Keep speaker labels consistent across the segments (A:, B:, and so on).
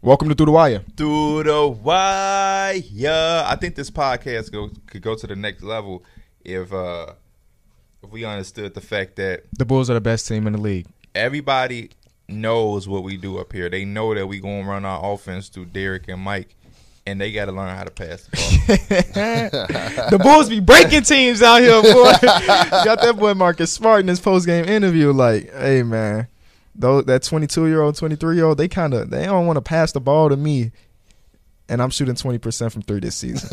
A: Welcome to Through the Wire.
B: Through the wire. I think this podcast go, could go to the next level if uh if we understood the fact that
A: The Bulls are the best team in the league.
B: everybody knows what we do up here. They know that we gonna run our offense through Derek and Mike, and they gotta learn how to pass the ball.
A: the Bulls be breaking teams out here, boy. Got that boy Marcus Smart in his post game interview. Like, hey man, though that twenty two year old, twenty three year old, they kind of they don't want to pass the ball to me, and I'm shooting twenty percent from three this season.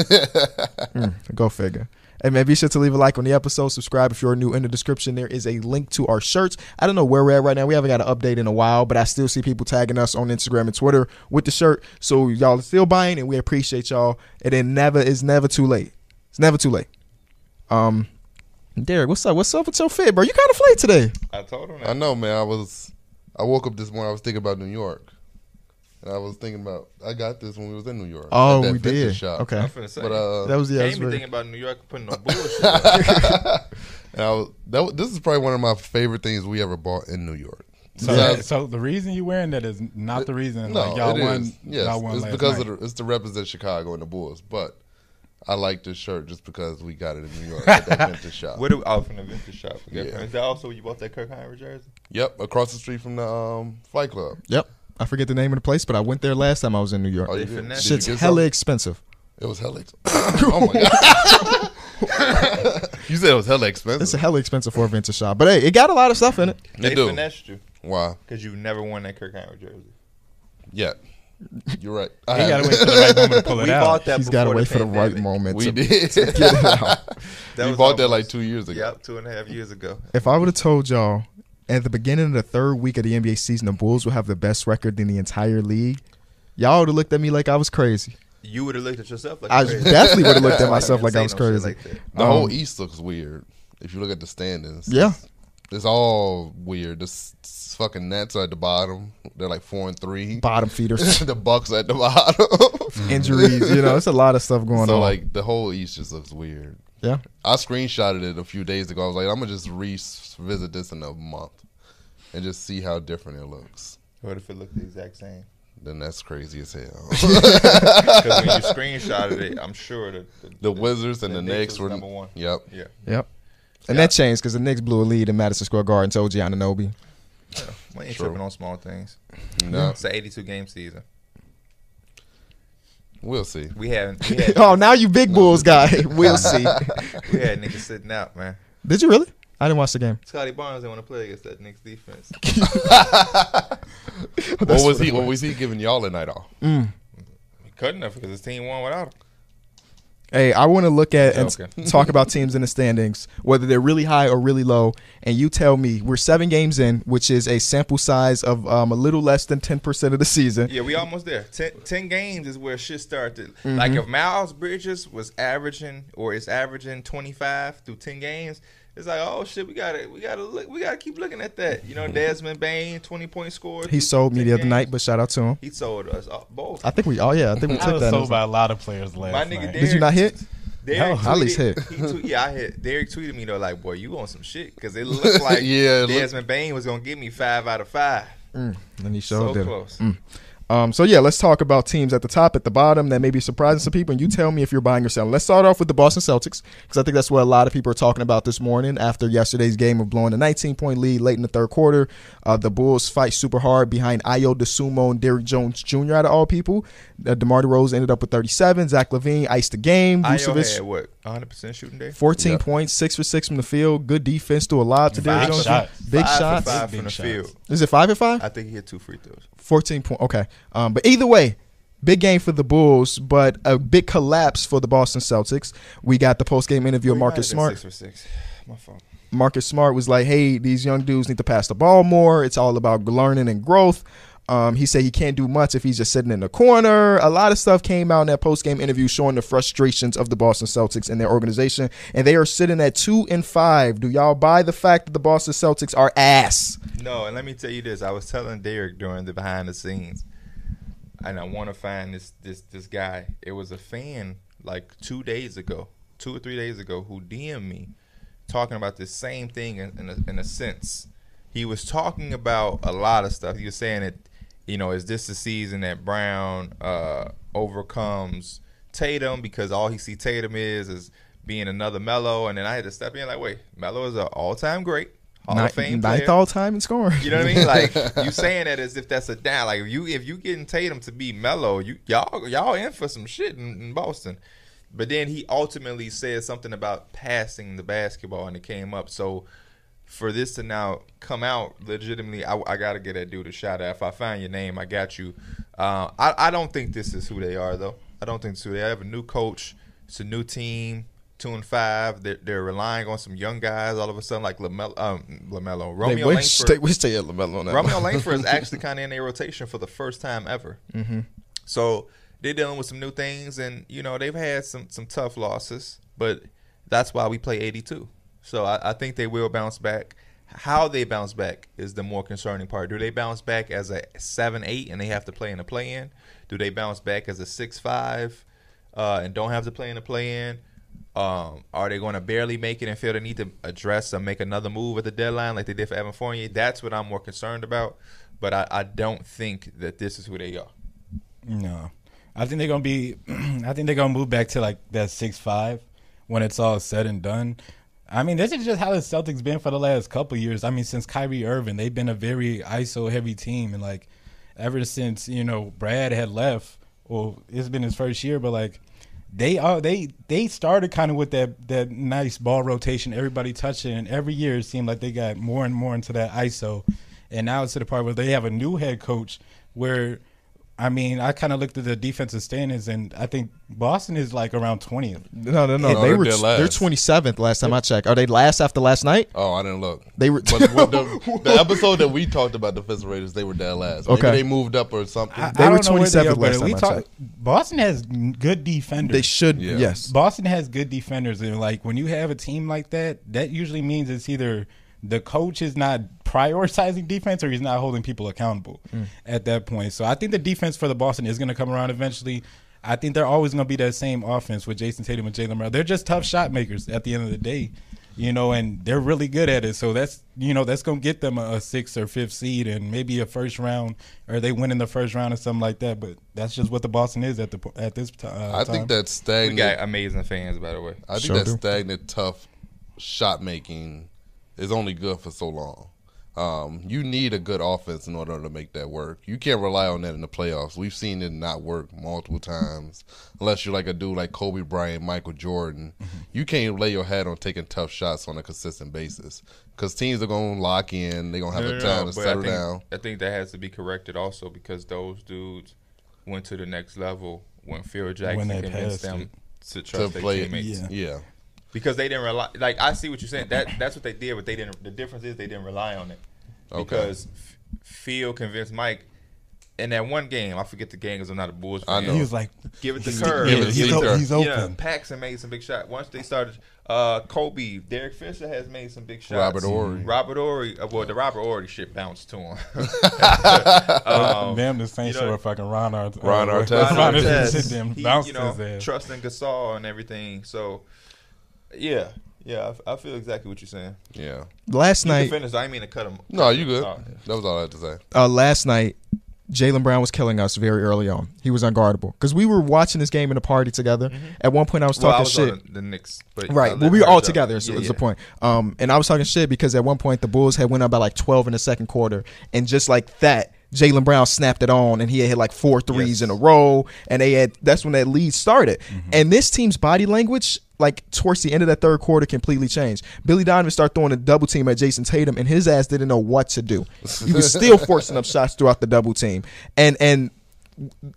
A: Mm, go figure. And man, be sure to leave a like on the episode. Subscribe if you're new. In the description, there is a link to our shirts. I don't know where we're at right now. We haven't got an update in a while, but I still see people tagging us on Instagram and Twitter with the shirt. So y'all are still buying, and we appreciate y'all. And it never is never too late. It's never too late. Um, Derek, what's up? What's up with your fit, bro? You kind of flayed today.
B: I told them
C: I
B: that.
C: know, man. I was I woke up this morning. I was thinking about New York, and I was thinking about I got this when we was in New York.
D: Oh,
C: at that vintage Shop.
A: Okay,
B: I'm finna say.
C: But uh,
A: that was
B: I
A: yeah.
B: ain't
A: That was
B: even
A: really-
B: thinking about New York putting no bullshit. up.
C: and I was, that, was- this is probably one of my favorite things we ever bought in New York.
D: So,
C: Besides-
D: so the reason you wearing that is not the reason
C: no,
D: like y'all
C: it
D: won.
C: is. Yes,
D: y'all won
C: it's
D: last
C: because
D: night.
C: of the, it's to represent Chicago and the Bulls. But I like this shirt just because we got it in New York at that vintage shop.
B: What do oh, from the vintage shop? Yeah.
C: Yeah.
B: Is that also where you bought that Kirk Heinrich jersey?
C: Yep, across the street from the um, Fight Club.
A: Yep. I forget the name of the place, but I went there last time I was in New York.
C: Oh, you
B: They
C: did?
B: finessed
C: Did you
A: Shit's
C: get
A: hella
C: some?
A: expensive.
C: It was hella. Ex- oh my god! you said it was hella expensive.
A: It's a hella expensive for a vintage shop, but hey, it got a lot of stuff in it.
C: They
B: They
C: do.
B: finessed you
C: Why?
B: because you never won that Kirk Heinrich jersey.
C: Yeah, you're right.
D: You
C: have
D: gotta
C: it.
D: wait for the right moment to pull it
B: We bought
D: out.
B: that.
A: He's
B: got to
A: wait for the right moment.
C: We
A: to-
C: did.
A: get it out.
C: we bought that like two years ago.
B: Yep, two and a half years ago.
A: If I would have told y'all at the beginning of the third week of the NBA season, the Bulls would have the best record in the entire league, y'all would have looked at me like I was crazy.
B: You would have looked at yourself like
A: I
B: crazy.
A: definitely would have looked at
B: Why
A: myself
B: you
A: like I
B: say
A: was
B: no shit
A: crazy.
B: like that?
C: The
A: Um,
C: whole East looks weird. If you look at the standings,
A: Yeah.
C: it's all weird. The s- s- fucking Nets are at the bottom. They're like four and three.
A: bottom feeders,
C: the Bucks at the bottom.
A: injuries. You know, it's a lot of stuff going
C: so
A: on.
C: like the whole East just looks weird.
A: yeah,
C: I screenshotted it a few days ago. I was like, I'm gonna just revisit this in a month and just see how different it looks.
B: What if it looked the exact same?
C: Then that's crazy as hell.
B: Because when you screenshotted it, I'm sure that the,
C: the Wizards and
B: the
C: the,
B: Knicks
C: Knicks
B: was
C: were
B: number one.
C: Yep.
B: yeah.
A: yep. And that changed because the Knicks blew a lead in Madison Square Garden to OG Ananobi.
B: We ain't
C: True.
B: tripping on small things.
C: No,
B: It's an 82 game season.
C: we'll see.
B: We haven't. We had,
A: Oh, now you big Bulls guy. We'll see.
B: we had niggas sitting out, man.
A: Did you really? I didn't watch the game.
B: Scotty Barnes didn't want to play against that Knicks defense.
C: What was he? What was he giving y'all a night off?
B: He couldn't have because his team won without him.
A: Hey, I want to look at and
B: Joking.
A: s- talk about teams in the standings, whether they're really high or really low. And you tell me, we're seven games in, which is a sample size of um, a little less than 10% of the season.
B: Yeah, we almost there. Ten, ten games is where shit started.
A: Mm-hmm.
B: Like if Miles Bridges was averaging or is averaging twenty five through ten games, it's like oh shit, we gotta we gotta look we gotta keep looking at that. You know, Desmond Bain twenty point score.
A: Mm-hmm. He
B: through
A: sold me
B: 10
A: the other
B: games.
A: night, but shout out to him.
B: He sold us all, both.
A: I think we, oh, yeah, I think we
D: I
A: took
D: was
A: that.
D: sold by a lot of players last
B: My nigga
D: night.
B: Derek,
A: Did you not hit?
B: Derek
D: No.
B: tweeted,
A: I at least hit.
B: He tweet, yeah, I hit. Derek tweeted me though, like, boy, you on some shit because it looked like
C: Yeah, it looked-
B: Desmond Bain was gonna give me five out of five.
A: And he showed
B: So
A: them.
B: close.
A: Um, so yeah, let's talk about teams at the top, at the bottom that may be surprising some people. And you tell me if you're buying or selling. Let's start off with the Boston Celtics because I think that's what a lot of people are talking about this morning after yesterday's game of blowing a 19 point lead late in the third quarter. Uh, the Bulls fight super hard behind Io DeSumo and Derrick Jones Jr. Out of all people, uh, Demar Derozan ended up with 37. Zach Levine iced the game.
B: Io
A: Vucevic
B: had what 100 percent shooting there.
A: 14 points, six for six from the field. Good defense to a lot to Derrick
D: Five
A: Jones. Jr.
D: shots.
A: Big
B: five
A: shots.
B: For five
D: Big
B: from the
D: shots.
B: field.
A: Is it five and five?
B: I think he hit two free throws.
A: 14 point. Okay. Um, but either way, big game for the Bulls, but a big collapse for the Boston Celtics. We got the post game interview of
B: We might
A: Marcus
B: have been
A: Smart.
B: Six for six. My fault.
A: Marcus Smart was like, hey, these young dudes need to pass the ball more. It's all about learning and growth. Um, he said he can't do much if he's just sitting in the corner. A lot of stuff came out in that post game interview showing the frustrations of the Boston Celtics and their organization, and they are sitting at two and five. Do y'all buy the fact that the Boston Celtics are ass?
B: No, and let me tell you this. I was telling Derek during the behind the scenes, and I want to find this this this guy. It was a fan like two days ago, two or three days ago, who DM'd me talking about the same thing in, in, a, in a sense. He was talking about a lot of stuff. He was saying that you know, is this the season that Brown uh, overcomes Tatum because all he see Tatum is is being another Mello, and then I had to step in like, wait, Mello is an all time great, Hall
A: Ninth,
B: of Fame player.
A: ninth all time in scoring.
B: You know what I mean? Like you saying that as if that's a down. Like if you if you getting Tatum to be mellow, you y'all y'all in for some shit in, in Boston. But then he ultimately said something about passing the basketball, and it came up. So for this to now come out legitimately, I, I gotta get that dude a shout out. If I find your name, I got you. Uh, I I don't think this is who they are though. I don't think so. They have a new coach. It's a new team. Two and five. They're, they're relying on some young guys. All of a sudden, like Lamelo, um, Lamelo, Romeo
A: they wish
B: Langford.
A: they wish they had Lamelo on that.
B: Romeo
A: one.
B: Langford is actually kind of in a rotation for the first time ever. Mm-hmm. So they're dealing with some new things, and you know they've had some some tough losses, but that's why we play 82. So I, I think they will bounce back. How they bounce back is the more concerning part. Do they bounce back as a seven eight and they have to play in the play in? Do they bounce back as a six five uh, and don't have to play in the play in? Um, are they going to barely make it and feel the need to address or make another move at the deadline like they did for Evan Fournier? That's what I'm more concerned about. But I, I don't think that this is who they are.
D: No, I think they're gonna be. I think they're gonna move back to like that six five when it's all said and done. I mean, this is just how the Celtics been for the last couple years. I mean, since Kyrie Irving, they've been a very ISO heavy team, and like ever since you know Brad had left, well, it's been his first year, but like they are they they started kind of with that that nice ball rotation, everybody touching, and every year it seemed like they got more and more into that ISO, and now it's to the part where they have a new head coach where. I mean, I kind of looked at the defensive standings, and I think Boston is like around twentieth.
A: No, no, no.
C: No,
A: they
C: they're
A: were
C: dead last.
A: they're 27th last time I checked. Are they last after last night?
C: Oh, I didn't look.
A: They were.
C: But with the, the episode that we talked about the Fist Raiders, they were dead last. Maybe
A: Okay.
C: they moved up or something.
D: I,
A: They
D: I
A: were
D: don't know where they
A: 27th
D: are, but
A: last
D: we
A: time I
D: talk,
A: checked.
D: Boston has good defenders.
A: they should.
C: Yeah.
A: Yes.
D: Boston has good defenders, and like when you have a team like that, that usually means it's either the coach is not prioritizing defense or he's not holding people accountable
C: Mm.
D: at that point. So I think the defense for the Boston is going to come around eventually. I think they're always going to be that same offense with Jason Tatum and Jalen Brown. They're just tough shot makers at the end of the day, you know, and they're really good at it. So that's you know that's going to get them a, a sixth or fifth seed and maybe a first round, or they win in the first round or something like that. But that's just what the Boston is at the po- at this ti- uh,
C: I
D: time.
C: think that
B: We
C: stagnant.
B: got amazing fans, by the way.
C: I think
A: Sure
C: that
A: do.
C: stagnant, tough shot making is only good for so long. Um, you need a good offense in order to make that work. You can't rely on that in the playoffs. We've seen it not work multiple times. Unless you're like a dude like Kobe Bryant, Michael Jordan,
A: Mm-hmm.
C: you can't lay your head on taking tough shots on a consistent basis because teams are going to lock in. They're going to have
B: No, no,
C: the
B: no,
C: time to
B: but
C: settle
B: I think,
C: down.
B: I think that has to be corrected also because those dudes went to the next level when Phil Jackson
D: they
B: convinced
D: passed
B: them
D: it.
B: to
C: To
B: trust their
C: play,
B: teammates.
C: yeah. yeah.
B: because they didn't rely. Like I see what you're saying. That that's what they did, but they didn't. The difference is they didn't rely on it
C: Okay.
B: because F- Phil convinced Mike in that one game. I forget the game because I'm not a Bulls
C: I
B: fan.
C: know.
D: He was like,
B: Give it to
D: He's-
B: Kerr.
C: yeah,
B: Give it
C: he's
B: to
C: o-
B: Kerr.
D: he's
B: Yeah,
D: open.
B: Paxson made some big shots. Once they started, uh, Kobe, Derek Fisher has made some big shots.
C: Robert Horry.
B: Robert Ory. uh, Well, the Robert Ory shit bounced to him.
D: Damn,
B: um,
D: Them the same
B: you know-
D: sort of fucking Ron Artest.
C: Ron Artest.
D: Ron
B: Ron
D: Artest.
B: Artest,
D: Them
B: he,
D: bounced
B: you know,
D: his ass.
B: trusting Gasol and everything. So, yeah, yeah, I, I feel exactly what you're saying.
C: Yeah.
A: Last
B: You can
A: night.
B: finish. I didn't mean to cut him.
C: No, you good.
B: Oh.
C: That was all I had to say.
A: uh, last night, Jalen Brown was killing us very early on. He was unguardable because we were watching this game in a party together. At one point, I was
B: Mm-hmm. Well,
A: talking
B: I was
A: shit.
B: on the, the Knicks, but uh, I
A: Right. Well,
B: let
A: we were
B: her
A: all
B: jump.
A: together, so
B: Yeah,
A: it was
B: yeah.
A: the point. Um, and I was talking shit because at one point the Bulls had went up by like twelve in the second quarter, and just like that, Jalen Brown snapped it on, and he had hit like four threes
B: Yes. Mm-hmm.
A: in a row, and they had that's when that lead started. And this team's body language, like towards the end of that third quarter, completely changed. Billy Donovan started throwing a double team at Jason Tatum, and his ass didn't know what to do. He was still forcing up shots throughout the double team, and and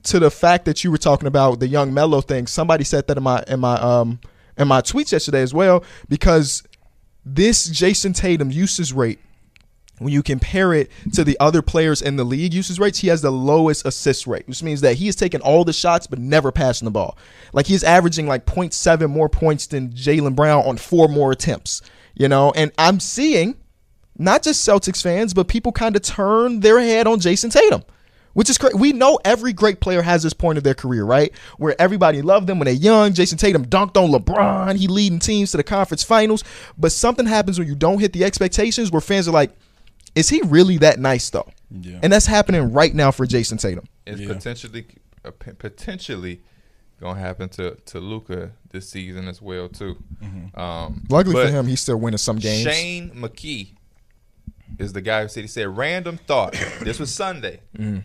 A: to the fact that you were talking about the young mellow thing, somebody said that in my in my um in my tweets yesterday as well because this Jason Tatum usage rate when you compare it to the other players in the league usage rates, he has the lowest assist rate, which means that he is taking all the shots but never passing the ball. Like he's averaging like 0.7 more points than Jalen Brown on four more attempts, you know? And I'm seeing not just Celtics fans, but people kind of turn their head on Jason Tatum. Which is crazy. We know every great player has this point of their career, right? Where everybody loved them when they're young. Jason Tatum dunked on LeBron. He leading teams to the conference finals. But something happens when you don't hit the expectations where fans are like, is he really that nice though?
D: Yeah.
A: and that's happening right now for Jason Tatum.
B: It's
D: Yeah.
B: potentially uh, p- potentially gonna happen to to Luca this season as well too. Um,
A: Luckily
B: but
A: for him, he's still winning some games.
B: Shane McKee is the guy who said he said random thought. this was Sunday.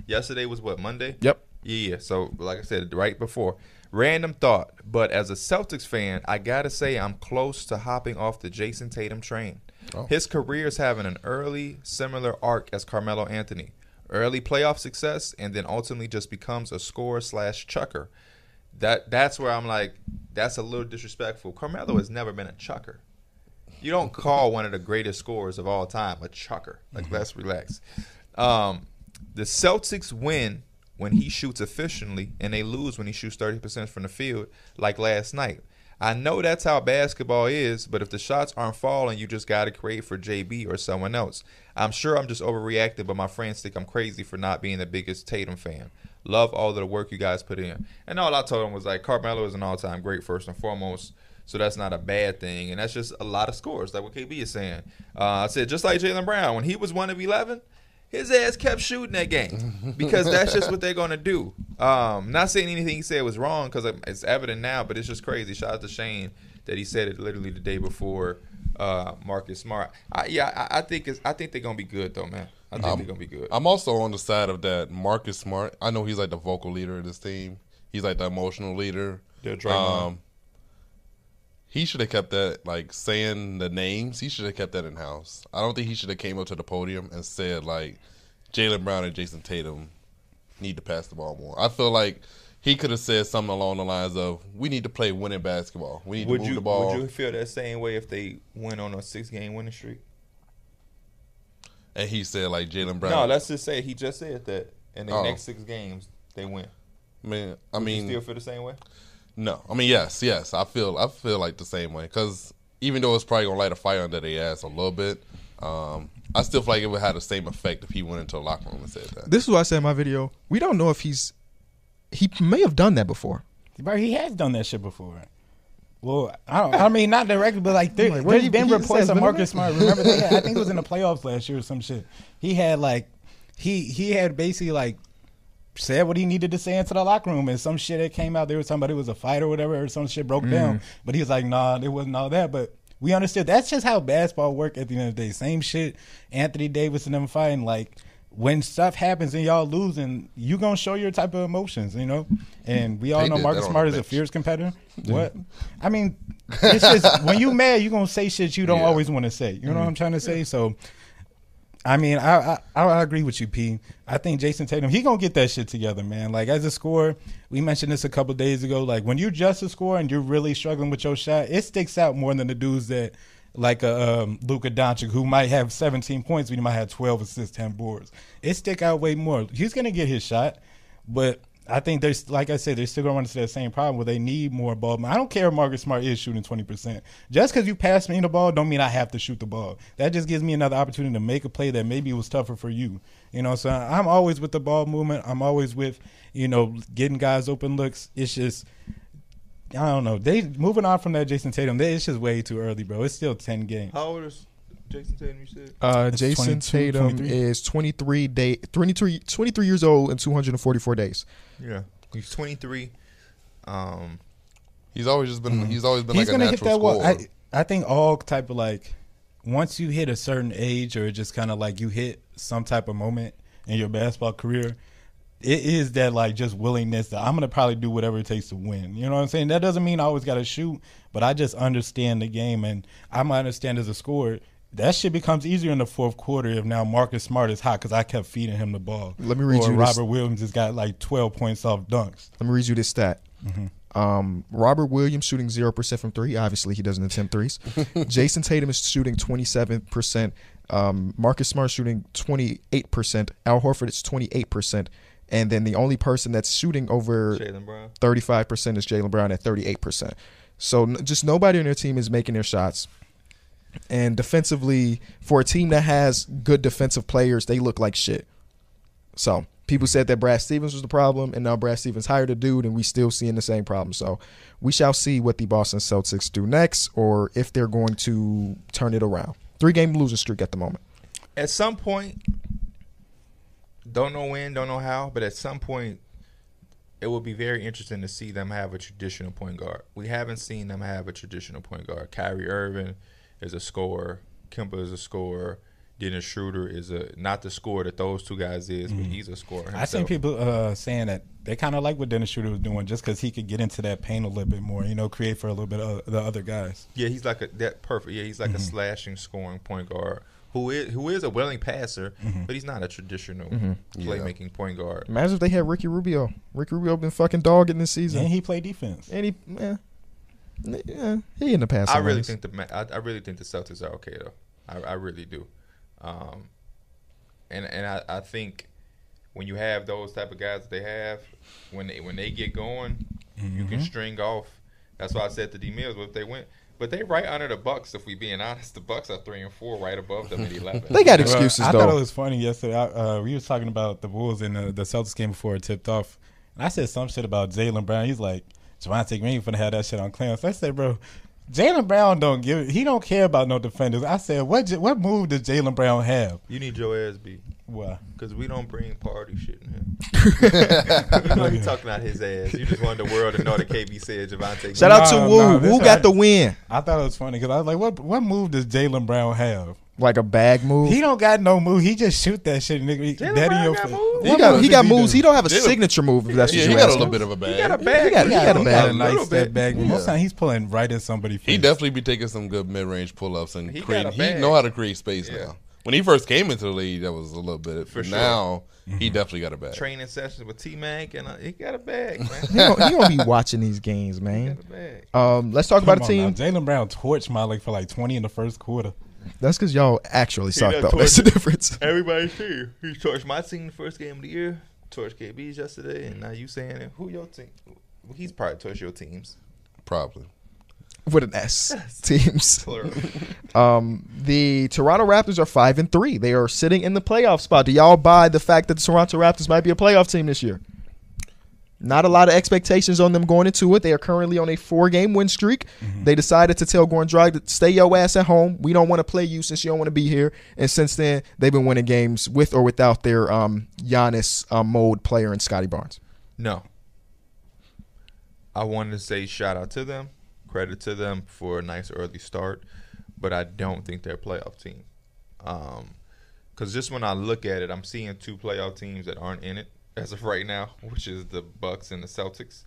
B: Yesterday was what Monday.
A: Mm. Yep.
B: Yeah, yeah. So like I said right before, random thought. But as a Celtics fan, I gotta say I'm close to hopping off the Jason Tatum train.
A: Oh.
B: His career is having an early similar arc as Carmelo Anthony. Early playoff success and then ultimately just becomes a scorer slash chucker. That that's where I'm like, that's a little disrespectful. Carmelo has never been a chucker. You don't call one of the greatest scorers of all time a chucker. Like, let's relax. Um, the Celtics win when he shoots efficiently, and they lose when he shoots 30% from the field, like last night. I know that's how basketball is, but if the shots aren't falling, you just got to create for JB or someone else. I'm sure I'm just overreacted, but my friends think I'm crazy for not being the biggest Tatum fan. Love all of the work you guys put in. And all I told him was like, Carmelo is an all time great, first and foremost. So that's not a bad thing, and that's just a lot of scores, like what KB is saying. Uh, I said just like Jalen Brown when he was one of eleven, his ass kept shooting that game because that's just what they're gonna do. Um, not saying anything he said was wrong because it's evident now, but it's just crazy. Shout out to Shane that he said it literally the day before uh, Marcus Smart. I, yeah, I, I think it's, I think they're gonna be good though, man. I think they're gonna be good.
C: Um, I'm also on the side of that Marcus Smart. I know he's like the vocal leader of this team. He's like the emotional leader. Um,
B: Yeah, Draymond.
C: he should have kept that like saying the names. He should have kept that in house. I don't think he should have came up to the podium and said like Jalen Brown and Jason Tatum need to pass the ball more. I feel like he could have said something along the lines of "We need to play winning basketball. We need
B: would
C: to move
B: you
C: the ball."
B: would you feel that same way if they went on a six game winning streak?
C: And he said like Jalen Brown.
B: No, let's just say he just said that, and the
C: Oh.
B: next six games they win.
C: man. I
B: You
C: mean,
B: still feel the same way?
C: No, I mean yes, yes. I feel I feel like the same way because even though it's probably gonna light a fire under their ass a little bit, um, I still feel like it would have the same effect if he went into a locker room and said that.
A: This is what I said in my video. We don't know if he's he may have done that before.
D: Bro, he has done that shit before. Well, I don't. I mean, not directly, but like there,
A: Like, where
D: there's
A: he-
D: been
A: he
D: reports
A: says
D: of
A: been
D: Marcus
A: around.
D: Smart. Remember, they had, I think it was in the playoffs last year or some shit. He had like, he he had basically like said what he needed to say into the locker room, and some shit that came out. There was somebody was a fight or whatever, or some shit broke
C: Mm.
D: down. But he was like, nah, it wasn't all that. But we understood that's just how basketball work at the end of the day. Same shit. Anthony Davis and them fighting like. When stuff happens and y'all losing, you gonna show your type of emotions, you know. And we all
C: They
D: know
C: did that on
D: Marcus
C: the
D: Smart is a
C: bench.
D: fierce fierce competitor. What? I mean, it's just when you mad, you gonna say shit you don't
C: Yeah.
D: always want to say. You know what I'm trying to say? So, I mean, I, I I agree with you, P. I think Jason Tatum he gonna get that shit together, man. Like as a scorer, we mentioned this a couple days ago. Like when you just a scorer and you're really struggling with your shot, it sticks out more than the dudes that. Like a um, Luka Doncic, who might have 17 points, but he might have 12 assists, 10 boards. It stick out way more. He's gonna get his shot. But I think there's, like I said, they're still going to run into that same problem where they need more ball. I don't care if Marcus Smart is shooting 20%. Just because you pass me the ball don't mean I have to shoot the ball. That just gives me another opportunity to make a play that maybe was tougher for you. You know, so I'm always with the ball movement. I'm always with, you know, getting guys open looks. It's just, I don't know. They moving on from that Jason Tatum. They, it's just way too early, bro. It's still 10 games.
B: How old is Jason Tatum? You said.
A: Uh,
D: It's
A: Jason
D: 22,
A: Tatum
D: 23.
A: is 23 day 23 23 years old and 244 days.
B: Yeah, he's 23. Um,
C: He's always just been he's always been
D: Mm-hmm.
C: like
D: He's
C: a natural
D: gonna hit
C: scorer.
D: that wall. I, I think all type of like once you hit a certain age or just kind of like you hit some type of moment in your basketball career, it is that like just willingness that I'm gonna probably do whatever it takes to win. You know what I'm saying? That doesn't mean I always gotta shoot, but I just understand the game and I might understand as a scorer. That shit becomes easier in the fourth quarter if now Marcus Smart is hot because I kept feeding him the ball.
A: Let me read
D: or
A: you
D: Robert
A: this-
D: Williams has got like 12 points off dunks.
A: Let me read you this stat. Um, Robert Williams shooting zero percent from three. Obviously, he doesn't attempt threes. Jason Tatum is shooting twenty seven percent. Um, Marcus Smart shooting twenty eight percent. Al Horford is twenty eight percent. And then the only person that's shooting over
B: Jalen Brown.
A: thirty five percent is Jalen Brown at thirty eight percent. So n- just nobody on their team is making their shots. And defensively, for a team that has good defensive players, they look like shit. So people said that Brad Stevens was the problem, and now Brad Stevens hired a dude, and we still seeing the same problem. So we shall see what the Boston Celtics do next, or if they're going to turn it around. Three game losing streak at the moment.
B: At some point, Don't know when, don't know how, but at some point, it will be very interesting to see them have a traditional point guard. We haven't seen them have a traditional point guard. Kyrie Irving is a scorer. Kemba is a scorer. Dennis Schroeder is a not the scorer that those two guys is, but he's a scorer.
D: I
B: Himself.
D: seen people uh, saying that they kind of like what Dennis Schroeder was doing just because he could get into that paint a little bit more, you know, create for a little bit of the other guys.
B: Yeah, he's like a that perfect. Yeah, he's like
A: Mm-hmm.
B: a slashing scoring point guard who is who is a willing passer,
A: Mm-hmm.
B: but he's not a traditional playmaking point guard.
A: Imagine if they had Ricky Rubio. Ricky Rubio been fucking dogging this season.
D: And he play defense.
A: And he, yeah, yeah, he in the past.
B: I really think the Ma- I, I really think the Celtics are okay though. I, I really do, um, and and I, I think when you have those type of guys that they have, when they when they get going, you
A: Mm-hmm.
B: can string off. That's why I said to D Mills, well, if they went, but they right under the Bucks. If we being honest, the Bucks are three and four, right above them at eleven.
A: they got
D: Well,
A: excuses
D: I
A: though.
D: thought it was funny yesterday. I, uh, we was talking about the Bulls and the, the Celtics game before it tipped off, and I said some shit about Jalen Brown. He's like, Javante Green finna have that shit on clearance. I said, bro, Jalen Brown don't give. He don't care about no defenders. I said, what j- what move does Jalen Brown have?
B: you need Joe Asby.
D: Well,
B: Cause we don't bring party shit in here. you know you talking about his ass. You just want the world to know that KB said Javante.
A: Shout out to
D: Nah,
A: Wu.
D: nah, this
A: Wu
D: guy-
A: got the win.
D: I thought it was funny because I was like, what what move does Jalen Brown have?
A: Like a bag move.
D: He
A: He,
D: don't got no move. He just shoot that shit, nigga. He-
B: Jalen
D: that in
B: Brown
D: your
B: got
D: face.
B: moves?
D: What
A: got
D: moves
A: he
D: does
A: got moves.
D: do?
A: He don't have a
C: Jalen-
A: signature move. If that's
C: Yeah,
A: what
C: he
A: you
C: got a
A: asking.
C: little bit of a
B: He got a
C: bag.
B: bag.
A: He got- he
D: Yeah,
A: got a
D: he
A: bag.
D: got a nice
B: Little
D: step
B: bit.
D: back. Most time he's pulling right in somebody's face.
C: He definitely be taking some good mid range pull ups and
B: He got
C: create.
B: a
C: He
B: bag.
C: know how to create space
B: Yeah.
C: now. When he first came into the league, that was a little bit.
B: For
C: For
B: sure.
C: now,
D: Mm-hmm.
C: he definitely got a bag.
B: Training sessions with T Mac and uh, he got a bag, man.
A: He don't, he don't be watching these games,
B: He
A: man.
B: got a bag.
A: Um, let's talk about a team.
D: Jalen Brown torched my leg for like 20 in the first quarter.
A: That's because y'all actually suck,
B: done
A: though.
B: tore
A: That's the
B: it.
A: difference.
B: Everybody's here. He torched my team the first game of the year. Torched KB's yesterday, and now you saying it. Who your team? Well, he's probably torched your teams.
C: Probably.
A: With an S, teams.
B: Plural.
A: Um, the Toronto Raptors are five and three. They are sitting in the playoff spot. Do y'all buy the fact that the Toronto Raptors might be a playoff team this year? Not a lot of expectations on them going into it. They are currently on a four-game win streak. They decided to tell Goran Dragic to stay your ass at home. We don't want to play you since you don't want to be here. And since then, they've been winning games with or without their um, Giannis uh, mode player and Scotty Barnes.
B: No. I wanted to say shout out to them, credit to them for a nice early start, but I don't think they're a playoff team. Um, because just when I look at it, I'm seeing two playoff teams that aren't in it as of right now, which is the Bucks and the Celtics,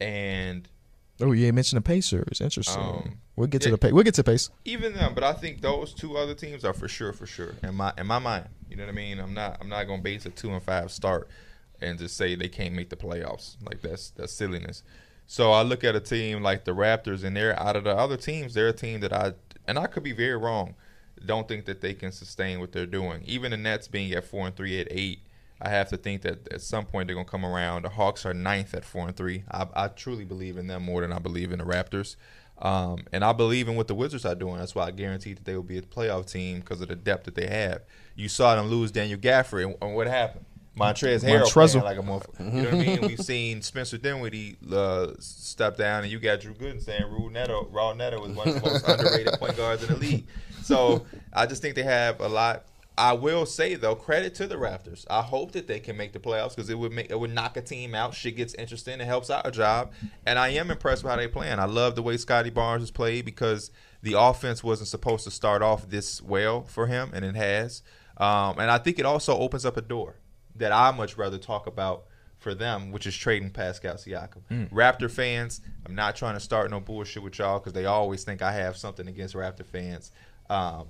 B: and
A: Oh, you ain't mentioned the Pacers. Interesting.
B: Um,
A: we'll get to
B: yeah.
A: the pa- we'll get to Pace.
B: even them. But I think those two other teams are for sure, for sure. In my in my mind, you know what I mean. I'm not I'm not gonna base a two and five start and just say they can't make the playoffs. Like that's that's silliness. So I look at a team like the Raptors, and they're out of the other teams. They're a team that I and I could be very wrong. Don't think that they can sustain what they're doing. Even the Nets being at four and three at eight. I have to think that at some point they're gonna come around. The Hawks are ninth at four and three. I, I truly believe in them more than I believe in the Raptors, um, and I believe in what the Wizards are doing. That's why I guarantee that they will be a playoff team because of the depth that they have. You saw them lose Daniel Gaffrey, and, and what happened? Montrez Harrell
A: Montrezl.
B: playing like a motherfucker. You know what I mean? We've seen Spencer Dinwiddie uh, step down, and you got Drew Gooden saying Rue Neto, Raul Neto was one of the most underrated point guards in the league. So I just think they have a lot. I will say though, credit to the Raptors. I hope that they can make the playoffs because it would make it would knock a team out. Shit gets interesting. It helps out a job, and I am impressed with how they playing. I love the way Scotty Barnes has played because the offense wasn't supposed to start off this well for him, and it has. Um, and I think it also opens up a door that I much rather talk about for them, which is trading Pascal Siakam. Raptor fans, I'm not trying to start no bullshit with y'all because they always think I have something against Raptor fans. Um,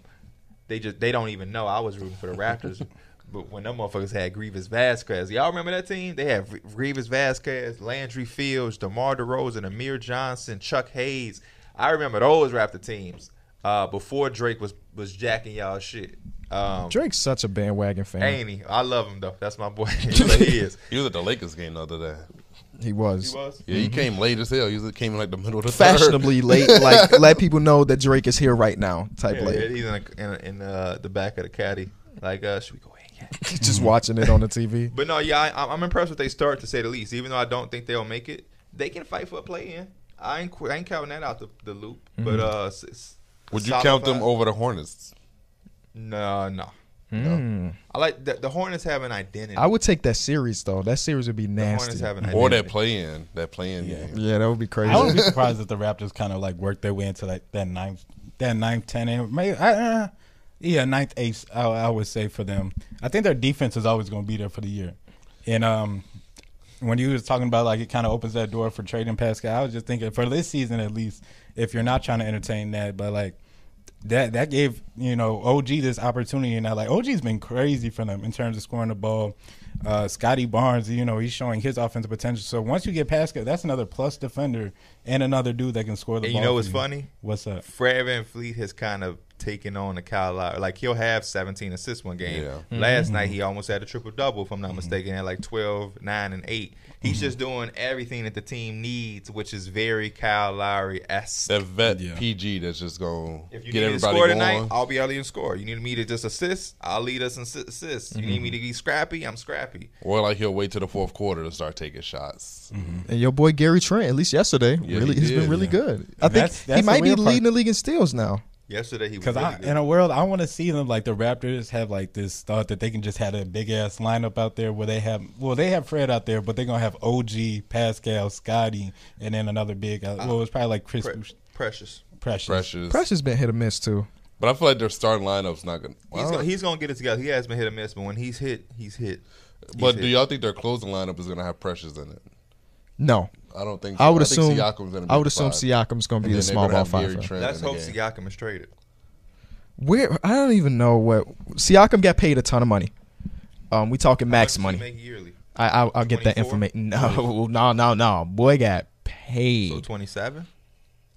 B: they just they don't even know I was rooting for the Raptors. But when them motherfuckers had Grievous Vasquez, y'all remember that team? They had Grievous Vasquez, Landry Fields, DeMar DeRozan, Amir Johnson, Chuck Hayes. I remember those Raptor teams uh, before Drake was was jacking y'all shit. Um,
A: Drake's such a bandwagon fan.
B: ain't he? I love him though. That's my boy. he is.
C: He was at the Lakers game the other day.
A: He was.
B: He was.
C: Yeah, he
D: Mm-hmm.
C: came late as hell. He was, came in like the middle of the third.
A: fashionably late, like let people know that Drake is here right now type
B: Yeah, yeah,
A: late.
B: he's in, a, in, a, in uh, the back of the caddy. Like, uh, should we go in yet?
A: Just watching it on the TV.
B: But no, yeah, I, I'm impressed with they start to say the least. Even though I don't think they'll make it, they can fight for a play in. I ain't qu- I ain't counting that out the, the loop. But uh, s- s-
C: Mm-hmm. Would you
B: solid
C: count them
B: five-
C: over the Hornets?
B: No, no.
C: Hmm.
B: I like the, the Hornets have an identity.
A: I would take that series though. That series would be
B: the Hornets
A: nasty.
B: have an
C: Or
B: identity.
C: that play in, that play in
D: Yeah.
C: game.
A: Yeah, that would be crazy.
D: I wouldn't be surprised if the Raptors kind of like worked their way into like that ninth, that ninth, ten, and maybe I, uh, yeah, ninth, eighth. I, I would say for them, I think their defense is always going to be there for the year. And um, when you was talking about like it kind of opens that door for trading Pascal, I was just thinking for this season at least, if you're not trying to entertain that, but like that that gave you know OG this opportunity, and now like OG's been crazy for them in terms of scoring the ball. Uh, Scotty Barnes, you know, he's showing his offensive potential. So once you get Pascal, that's another plus defender and another dude that can score the
B: And
D: ball.
B: you know
D: for
B: what's funny?
D: What's up?
B: Fred Van Fleet has kind of taken on the Kyle Lowry. Like he'll have 17 assists one game.
C: Yeah. Mm-hmm.
B: Last
D: Mm-hmm.
B: night he almost had a triple double, if I'm not mistaken, at like 12, 9, and 8. He's just doing everything that the team needs, which is very Kyle Lowry esque.
C: That vet
D: Yeah.
C: PG that's just going to
B: If you
C: get
B: need me to
C: everybody
B: score
C: going.
B: tonight, I'll be out and score. You need me to just assist, I'll lead us in assi- assists. You need me
C: Mm-hmm.
B: to be scrappy, I'm scrappy.
C: or like he'll wait till the fourth quarter to start taking shots.
A: and your boy Gary Trent, at least yesterday,
C: Yeah,
A: really
C: he
A: has
C: did,
A: been really
C: yeah.
A: good. I think
D: that's-
A: he
D: that's the
A: might be
D: weird part.
A: leading the league in steals now.
B: Yesterday he was
D: Because
B: really
D: I
B: good.
D: in a world, I want to see them like the Raptors have like this thought that they can just have a big ass lineup out there where they have well they have Fred out there, but they're gonna have OG, Pascal, Scotty, and then another big. Uh, well, it's probably like Chris
B: Pre- precious.
D: Precious.
C: Pressures.
A: Pressure's been hit or miss too.
C: But I feel like their starting lineup's not going
B: He's
C: to.
B: gonna, he's gonna get it together. He has been hit or miss, but when he's hit, he's hit. He's
C: But
B: hit.
C: do y'all think their closing lineup is going to have pressures in it?
A: No,
C: I don't think so.
A: I would
C: think
A: assume.
C: Siakam's gonna be
A: I would
C: the
A: assume
C: five.
A: Siakam's going
C: And
A: to be
C: then
A: the
C: they're
A: small
C: gonna
A: ball
C: have Gary
A: five.
C: Trent
B: Let's
C: in the
B: hope
C: game.
B: Siakam is traded.
A: Where I don't even know what Siakam got paid a ton of money. Um, we talking max
B: How much does
A: money.
B: he make yearly.
A: I, I I'll get that
B: 24?
A: information. No, no, no, no. Boy got
B: So
A: paid.
B: twenty seven.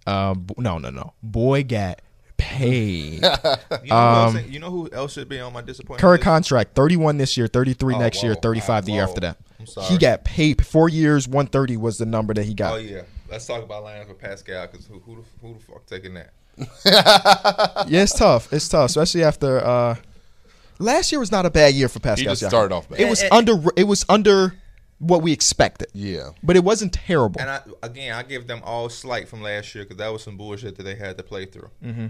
A: Uh, b- no, no, no. Boy got paid.
B: You, know who else-
A: Um,
B: you know who else should be on my disappointment?
A: Current
B: list?
A: contract: thirty-one this year, thirty-three
B: Oh,
A: next year,
B: whoa.
A: thirty-five the year
B: Whoa.
A: after that.
B: I'm sorry.
A: He got paid four years, one thirty was the number that he got.
B: Oh yeah, let's talk about lines with Pascal because who who the, who the fuck taking that?
A: yeah, it's tough. It's tough, especially after uh, last year was not a bad year for Pascal.
C: He just
A: Siakam.
C: started off bad.
A: It was under. It was under what we expected.
C: yeah.
A: but it wasn't terrible.
B: And I again, I give them all slight from last year because that was some bullshit that they had to play through. Mm-hmm.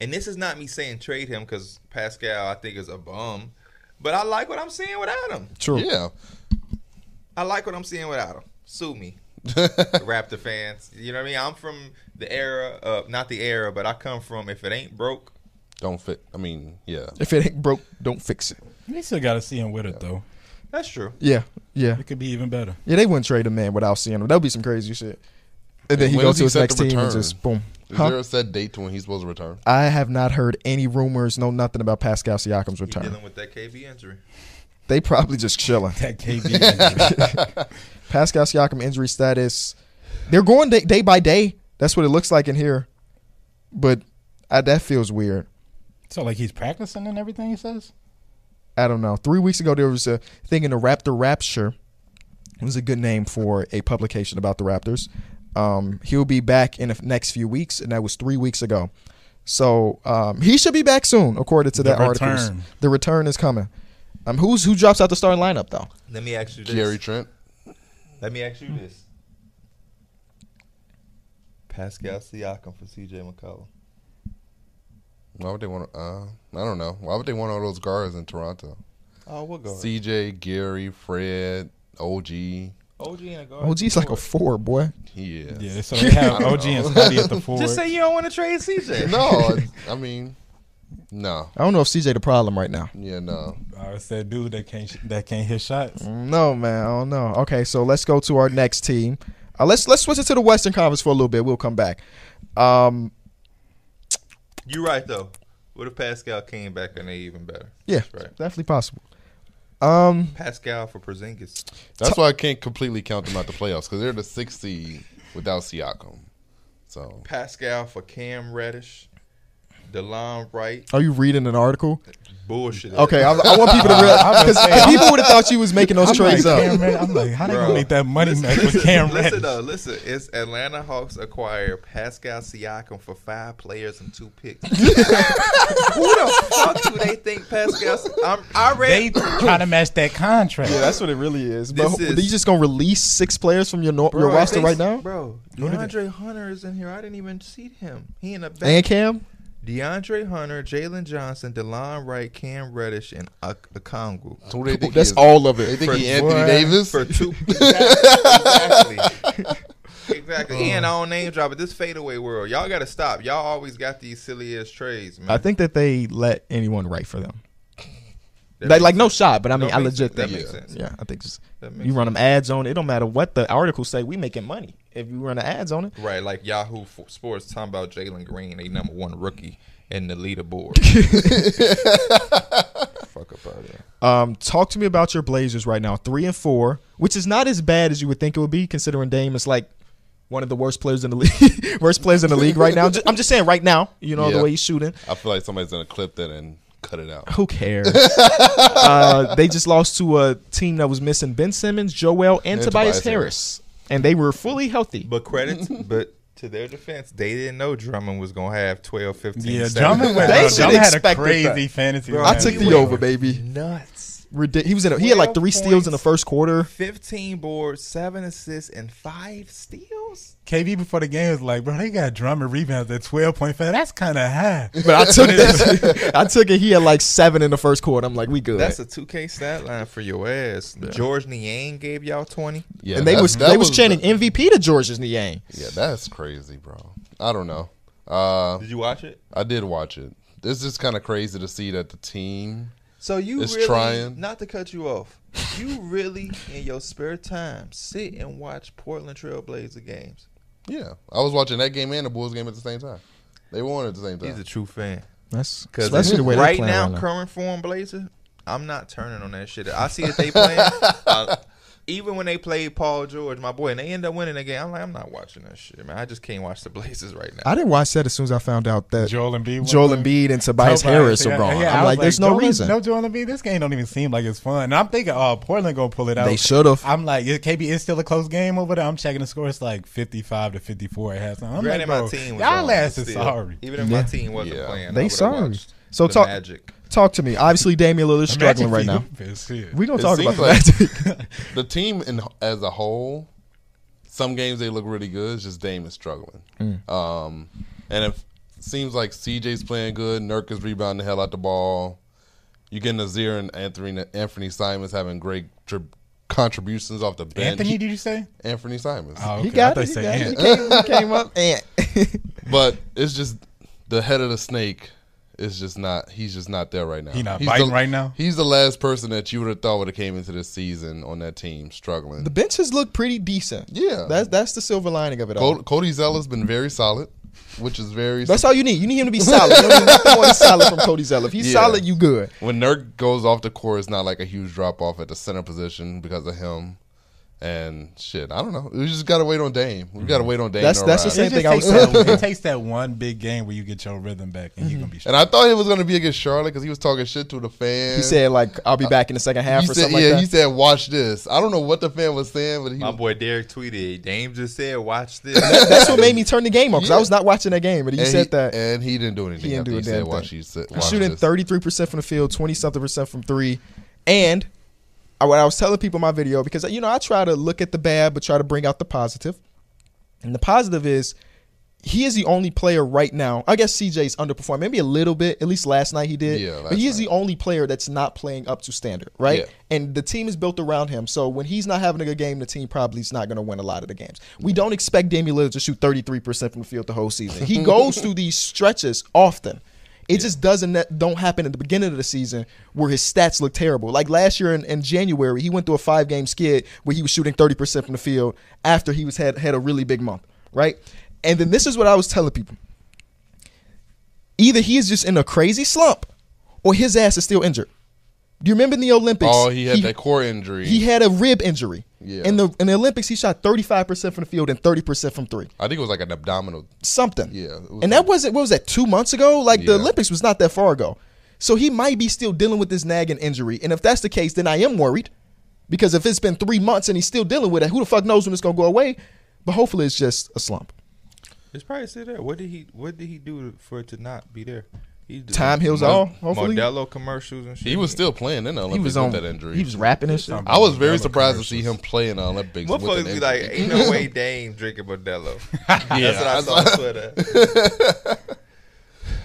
B: And this is not me saying trade him because Pascal I think is a bum, but I like what I'm seeing without him.
A: True.
C: Yeah.
B: I like what I'm seeing without him. Sue me, Raptor fans. You know what I mean? I'm from the era, uh, not the era, but I come from if it ain't broke,
C: Don't fit. I mean, yeah.
A: If it ain't broke, don't fix it.
D: They still got to see him with it though.
B: that's true.
A: Yeah, yeah,
D: It could be even better.
A: yeah. They wouldn't trade a man without seeing him. That would be some crazy shit. And then he
C: When
A: goes
C: does
A: to
C: he
A: his
C: set
A: next
C: to
A: team and
C: return?
A: just boom.
C: Is
A: Huh?
C: there a set date to when he's supposed to return?
A: I have not heard any rumors, no nothing about Pascal Siakam's
B: He
A: return.
B: dealing with that KB injury.
A: They probably just chilling.
D: That KB. injury.
A: Pascal Siakam injury status. They're going day, day by day. That's what it looks like in here. But I, that feels weird.
D: so like he's practicing and everything he says.
A: I don't know. Three weeks ago, there was a thing in the Raptor Rapture. It was a good name for a publication about the Raptors. Um, he'll be back in the next few weeks, and that was three weeks ago. So um, he should be back soon, according to
D: The
A: that article.
D: return.
A: The return is coming. Um, who's who drops out the starting lineup though?
B: Let me ask you this.
C: Gary Trent?
B: Let me ask you this. Pascal Siakam for CJ McCollum.
C: Why would they want to? Uh, I don't know. Why would they want all those guards in Toronto?
B: Oh, we'll go.
C: CJ, Gary, Fred, OG.
B: OG and a guard.
A: OG's like a Oh, four, boy.
C: Yeah.
D: Yeah. So they have OG and Scotty at the forward.
B: Just say you don't want to trade CJ.
C: No, I, I mean, no.
A: I don't know if CJ the problem right now.
C: Yeah, no.
D: I said, dude, that can't sh- that can't hit shots.
A: No, man. I don't know. Okay, so let's go to our next team. Uh, let's let's switch it to the Western Conference for a little bit. We'll come back. Um,
B: You're right though. What if Pascal came back and they even better?
A: yeah,
B: That's right.
A: definitely possible. Um,
B: Pascal for Porzingis.
C: That's why I can't completely count them out the playoffs because they're the sixth seed without Siakam. So
B: Pascal for Cam Reddish. DeLon Wright.
A: Are you reading an article?
B: Bullshit.
A: Okay, I, I want people to realize because people would have thought you was making those
D: I'm like,
A: trades up.
D: Cam Red- I'm like, how they
B: Bro.
D: gonna make that money
B: Listen,
D: back with
B: listen,
D: Cam
B: listen
D: Reddish?
B: though, listen. It's Atlanta Hawks acquire Pascal Siakam for five players and two picks. Who the fuck do they think Pascal? I'm, I
D: They
B: read.
D: trying to match that contract.
A: Yeah, that's what it really is. But
B: This
A: who-
B: is-
A: you just gonna release six players from your nor- your
B: Bro,
A: roster
B: they-
A: right now?
B: bro. DeAndre Hunter is in here. I didn't even see him. He in the back.
A: And Cam,
B: DeAndre Hunter, Jalen Johnson, DeLon Wright, Cam Reddish, and Ak- Okongwu.
C: Who they think he
A: That's
C: is?
A: all of
C: They
A: it.
C: think
B: For
C: he Anthony
B: what?
C: Davis.
B: for two. exactly. exactly. And I don't name drop it. This fadeaway world, y'all got to stop. Y'all always got these silly ass trades, man.
A: I think that they let anyone write for them.
B: That
A: like,
B: makes
A: like no shot, but I
B: No,
A: mean, I
B: makes-
A: legit
B: that
A: think.
B: makes
A: yeah.
B: sense.
A: yeah, I think just
B: That makes
A: you run them ads on it. It don't matter what the articles say. We making money if you run the ads on it.
B: Right, like Yahoo F- Sports talking about Jalen Green, a number one rookie in the leaderboard. Fuck about it.
A: Um, talk to me about your Blazers right now, three and four, which is not as bad as you would think it would be, considering Dame is like one of the worst players in the league. worst players in the league right now. Ju- I'm just saying, right now, you know
C: Yeah.
A: the way he's shooting.
C: I feel like somebody's gonna clip that and cut it out.
A: Who cares? uh, they just lost to a team that was missing Ben Simmons, Joel, and,
C: And
A: Tobias,
C: Tobias
A: Harris. and they were fully healthy.
B: But credit, but to their defense, they didn't know Drummond was gonna have 12, 15.
D: Yeah,
B: seven.
D: Drummond went.
A: They
D: They
A: should
D: Drummond had a
A: expected
D: crazy fantasy.
B: Bro,
A: I
D: lineup.
A: took
B: He
A: the over,
B: went
A: baby.
B: nuts.
A: Ridic- he was in. A, he had like three
B: 12
A: steals in the
B: points.
A: first quarter.
B: Fifteen boards, seven assists, and five steals.
D: KV before the game was like, bro, they got Drummond rebounds at twelve point five. That's kind of high.
A: But I took that. I took it. He had like seven in the first quarter. I'm like, we good.
B: That's a two K stat line for your ass. George Niang gave y'all twenty.
C: Yeah,
A: and they
C: that-
A: was
C: that
A: they was,
C: the-
A: chanting MVP to George's Niang.
C: Yeah, that's crazy, bro. I don't know. Uh,
B: Did you watch it?
C: I did watch it. It's just kind of crazy to see that the team.
B: So you
C: It's
B: really
C: trying.
B: not to cut you off. You really in your spare time sit and watch Portland Trailblazer games.
C: Yeah, I was watching that game and the Bulls game at the same time. They won at the same time.
B: He's a true fan.
A: That's
B: Because
A: especially the way they're
B: right
A: playing
B: now,
A: right now.
B: current form Blazer, I'm not turning on that shit. I see that they playing. uh, even when they played Paul George, my boy, and they end up winning the game, I'm like, I'm not watching that shit, man. I just can't watch the Blazers right now.
A: I didn't watch that as soon as I found out that
D: Joel Embiid. went
A: Joel
D: there.
A: Embiid and Tobias
D: Nobody-
A: Harris are
D: yeah,
A: wrong.
D: yeah, I
A: I'm
D: was
A: like, there's no
D: Joel-
A: reason.
D: No Joel Embiid. This game don't even seem like it's fun. And I'm thinking, oh, Portland gonna pull it out.
A: They should've.
D: I'm like, it- KB is still a close game over there. I'm checking the score. It's like 55 to 54 at halftime. I'm
B: Granted,
D: like, bro,
B: my team was
D: y'all
B: on,
D: ass
B: but
D: is
B: still,
D: sorry.
B: Even if
A: Yeah.
B: my team wasn't
C: Yeah.
B: playing,
A: They
B: I would've
A: sorry.
B: watched
A: So
B: the
A: talk-
B: Magic.
A: Talk to me. Obviously, Damian Lillard is struggling right now. We gonna
C: It
A: talk about
C: seems
A: that.
C: the team in, as a whole, some games they look really good. It's just Dame is struggling.
D: Mm.
C: Um, and it seems like CJ's playing good. Nurk is rebounding the hell out the ball. You're getting Azir and Anthony, Anthony Simons having great tri- contributions off the bench.
D: Anthony, did you say?
C: Anthony Simons.
D: Oh,
A: he
D: okay.
A: got
D: I thought
A: it.
D: you
A: He,
D: said
A: got
D: Ant.
A: it. He came, he came up. Ant.
C: But it's just the head of the snake is just not. He's just not there right now.
D: He not
C: He's
D: biting
C: the-
D: right now?
C: He's the last person that you would have thought would have came into this season on that team struggling.
A: the benches look pretty decent.
C: Yeah.
A: that's that's the silver lining of it all.
C: Col- Cody Zeller's been very solid, which is very.
A: That's all you need. You need him to be solid. You don't need nothing more than solid from Cody Zeller. If he's
C: Yeah.
A: solid, you good.
C: when Nurk goes off the court, it's not like a huge drop off at the center position because of him. And shit, I don't know. We just gotta wait on Dame. We gotta wait on Dame.
A: That's-
C: to
A: that's the
C: arrive.
A: same
D: It
A: thing
D: just
A: I was
D: takes
A: saying.
D: that- It takes that one big game where you get your rhythm back and you're
A: Mm-hmm.
D: gonna be.
C: And I thought it was gonna be against Charlotte because he was talking shit to the fans.
A: He said like, "I'll be back in the second half"
C: He
A: or
C: said,
A: something
C: yeah, he
A: like that.
C: said, watch this. I don't know what the fan was saying, but he
B: My
C: was,
B: boy Derek tweeted, Dame just said, watch this.
A: That's what made me turn the game off because I
C: Yeah.
A: was not watching that game. But he
C: and
A: said
C: he,
A: that.
C: and he didn't do anything.
A: He didn't
C: after
A: do a
C: he
A: damn
C: said, watch,
A: thing.
C: he said,
A: He's
C: watch
A: shooting
C: this.
A: thirty three percent from the field, twenty something percent from three, and I, what I was telling people in my video because you know I try to look at the bad but try to bring out the positive, and the positive is he is the only player right now. I guess CJ's underperformed maybe a little bit. At least last night he did.
C: Yeah,
A: but he
C: last
A: is the only player that's not playing up to standard, right?
C: Yeah.
A: And the team is built around him. So when he's not having a good game, the team probably is not going to win a lot of the games. We don't expect Damian Lillard to shoot 33% from the field the whole season. He goes through these stretches often. It just doesn't that don't happen at the beginning of the season where his stats look terrible. Like last year in, in January, he went through a five game skid where he was shooting 30% from the field after he was had had a really big month, right? And then this is what I was telling people either he is just in a crazy slump or his ass is still injured. Do you remember in the Olympics?
C: Oh, he had that core injury.
A: He had a rib injury.
C: Yeah.
A: In the in the Olympics, he shot thirty five percent from the field and thirty percent from three.
C: I think it was like an abdominal.
A: Something.
C: Yeah, it was
A: and that wasn't what was that two months ago? Like the
C: Yeah.
A: Olympics was not that far ago, so he might be still dealing with this nagging injury. And if that's the case, then I am worried because if it's been three months and he's still dealing with it, who the fuck knows when it's gonna go away? But hopefully, it's just a slump.
B: It's probably still there. What did he What did he do for it to not be there? He did
A: Time heals all, hopefully.
B: Modelo commercials and shit.
C: He was still playing in the Olympics
A: He was
C: with
A: on
C: that injury.
A: He was rapping and shit.
D: Something.
C: I was very
D: Modelo
C: surprised to
D: commercials.
C: see him play in the Olympics. with
B: Motherfuckers
C: an
B: be
C: injury.
B: like, ain't no way Dame drinking Modelo. That's what I saw on Twitter.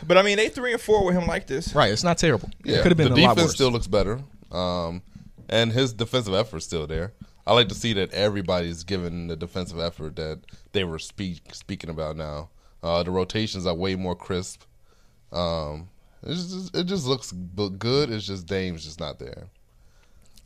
B: But I mean, they three and four with him like this.
A: Right, it's not terrible.
C: Yeah,
A: It could have been a
C: the
A: lot
C: defense
A: worse.
C: still looks better, um, and his defensive effort's still there. I like to see that everybody's given the defensive effort that they were speak, speaking about now. Uh, the rotations are way more crisp. Um, it's just, it just looks b- good. It's just Dame's just not there.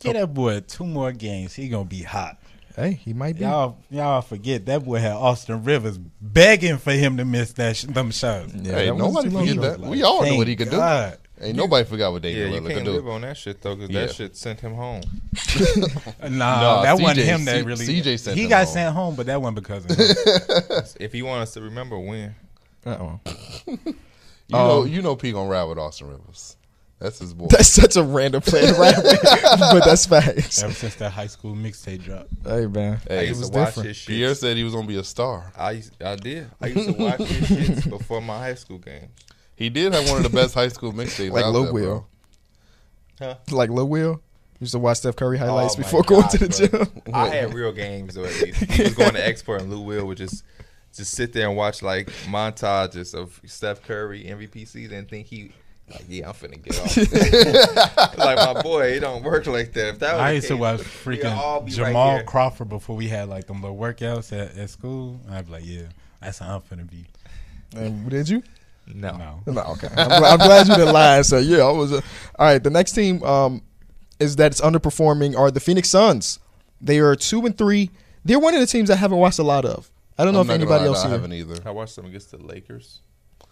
D: Get that boy two more games. He gonna be hot.
A: hey, he might be.
D: Y'all, y'all forget that boy had Austin Rivers begging for him to miss that sh- them shots.
A: Yeah,
C: hey,
A: that was
C: nobody
A: too long
C: forget
A: ago.
C: that. we all knew
D: thank
C: what he could
D: God.
C: do. Ain't nobody forgot what
B: Yeah,
C: Damian
B: you
C: Lillard could
B: can't
C: do.
B: live on that shit though, because
C: Yeah.
B: that shit sent him home.
D: Nah,
C: Nah,
D: that
C: CJ
D: wasn't him.
C: C-
D: That really.
C: CJ sent
D: he
C: him
D: got
C: home.
D: sent home, but that wasn't because of him.
B: if you want us to remember, when
A: Uh-oh.
C: You know, you know, P gonna ride with Austin Rivers. That's his boy.
A: That's such a random play, right? but that's facts.
D: ever since that high school mixtape dropped.
A: Hey man,
B: I
C: Hey,
B: used
A: was
B: to watch
A: different.
B: his shit.
C: Pierre said he was gonna be a star.
B: I used, I did. I used to watch his shits before my high school games.
C: He did have one of the best high school mixtapes.
A: Like
C: out
A: Lil
C: there, bro.
A: Will.
B: Huh?
A: like Lil Will used to watch Steph Curry highlights
B: Oh, my
A: before going
B: God,
A: to the
B: bro.
A: gym.
B: I had real games though. At least he was going to export, and Lou Will would just just sit there and watch like montages of Steph Curry MVP season and think he. Like, yeah, I'm finna get off. like my boy, it don't work like that. If that was
D: I
B: the
D: used to
B: case,
D: watch
B: we'd all
D: freaking
B: be right
D: Jamal
B: here.
D: Crawford before we had like them little workouts at, at school. I'd be like, yeah, that's how I'm finna be.
A: And did you?
C: Oh.
B: no.
D: No.
A: No, okay. I'm, glad, I'm glad you didn't lie. So yeah, I was. Uh, all right, the next team um, is that it's underperforming are the Phoenix Suns. They are two and three. They're one of the teams I haven't watched a lot of. I don't know
C: I'm
A: if
C: not gonna
A: anybody
C: lie,
A: else
C: I
A: here
C: haven't either.
B: I watched them against the Lakers.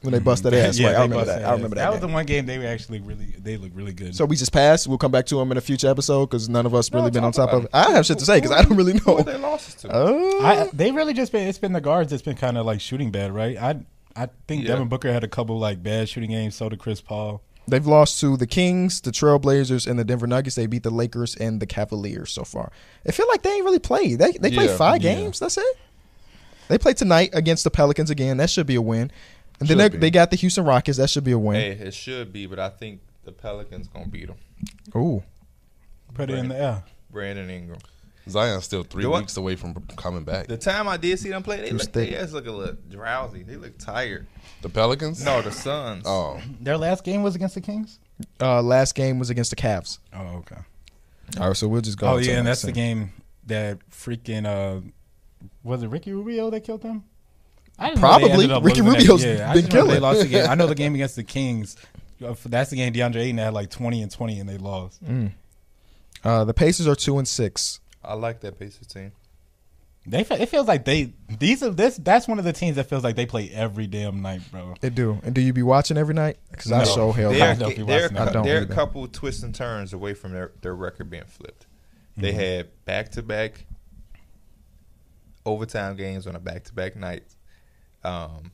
A: when they bust that ass. right,
D: they
A: I remember
D: busted
A: that. I
D: their ass.
A: remember that.
D: That was
A: game.
D: the one game they were actually really. They looked really good.
A: so we just passed. We'll come back to them in a future episode because none of us really been on
B: talk
A: top of it.
B: about
A: I have shit to say because I don't really
B: Who were
A: know.
B: they losses to?
A: Oh,
D: I, they really just been. It's been the guards that's been kind of like shooting bad, right? I I think
B: Yeah.
D: Devin Booker had a couple like bad shooting games. So did Chris Paul.
A: They've lost to the Kings, the Trailblazers, and the Denver Nuggets. They beat the Lakers and the Cavaliers so far. I feel like they ain't really played. They they played
C: Yeah,
A: five
D: yeah.
A: games. That's it. They play tonight against the Pelicans again. That should be a win. And then
C: Should
A: they,
C: be.
A: they got the Houston Rockets. That should be a
B: Hey,
A: win.
B: it should be, but I think the Pelicans gonna beat them.
A: Ooh,
D: Put it in the air.
B: Brandon Ingram.
C: Zion's still three
B: You know what?
C: weeks away from coming back.
B: The time I did see them play, they
A: Who's
B: look, they
A: thick?
B: ass look a little drowsy. They look tired.
C: The Pelicans?
B: No, the Suns.
C: Oh,
D: Their last game was against the Kings.
A: uh, last game was against the Cavs.
D: Oh okay.
A: All right, so we'll just go.
D: oh
A: on to
D: yeah, and
A: next
D: that's the
A: team.
D: game that freaking uh, was it Ricky Rubio that killed them? I didn't
A: Probably.
D: Know they ended up
A: Ricky
D: losing that-
A: Rubio's
D: I
A: been
D: just know they
A: killing.
D: Lost the game. I know the game against the Kings. uh, That's the game DeAndre Ayton had like twenty and twenty, and they lost.
A: Uh, the Pacers are two and six.
B: I like that Pacers team.
D: They fe- it feels like they these are this that's one of the teams that feels like they play every damn night, bro.
A: They do. And do you be watching every night? Because I
D: No.
A: show hell.
B: They're,
A: not.
D: don't be
B: they're,
D: watching that.
A: I don't
B: they're a
A: either.
B: couple twists and turns away from their, their record being flipped. They
A: Mm-hmm.
B: had back to back overtime games on a back to back night. Um,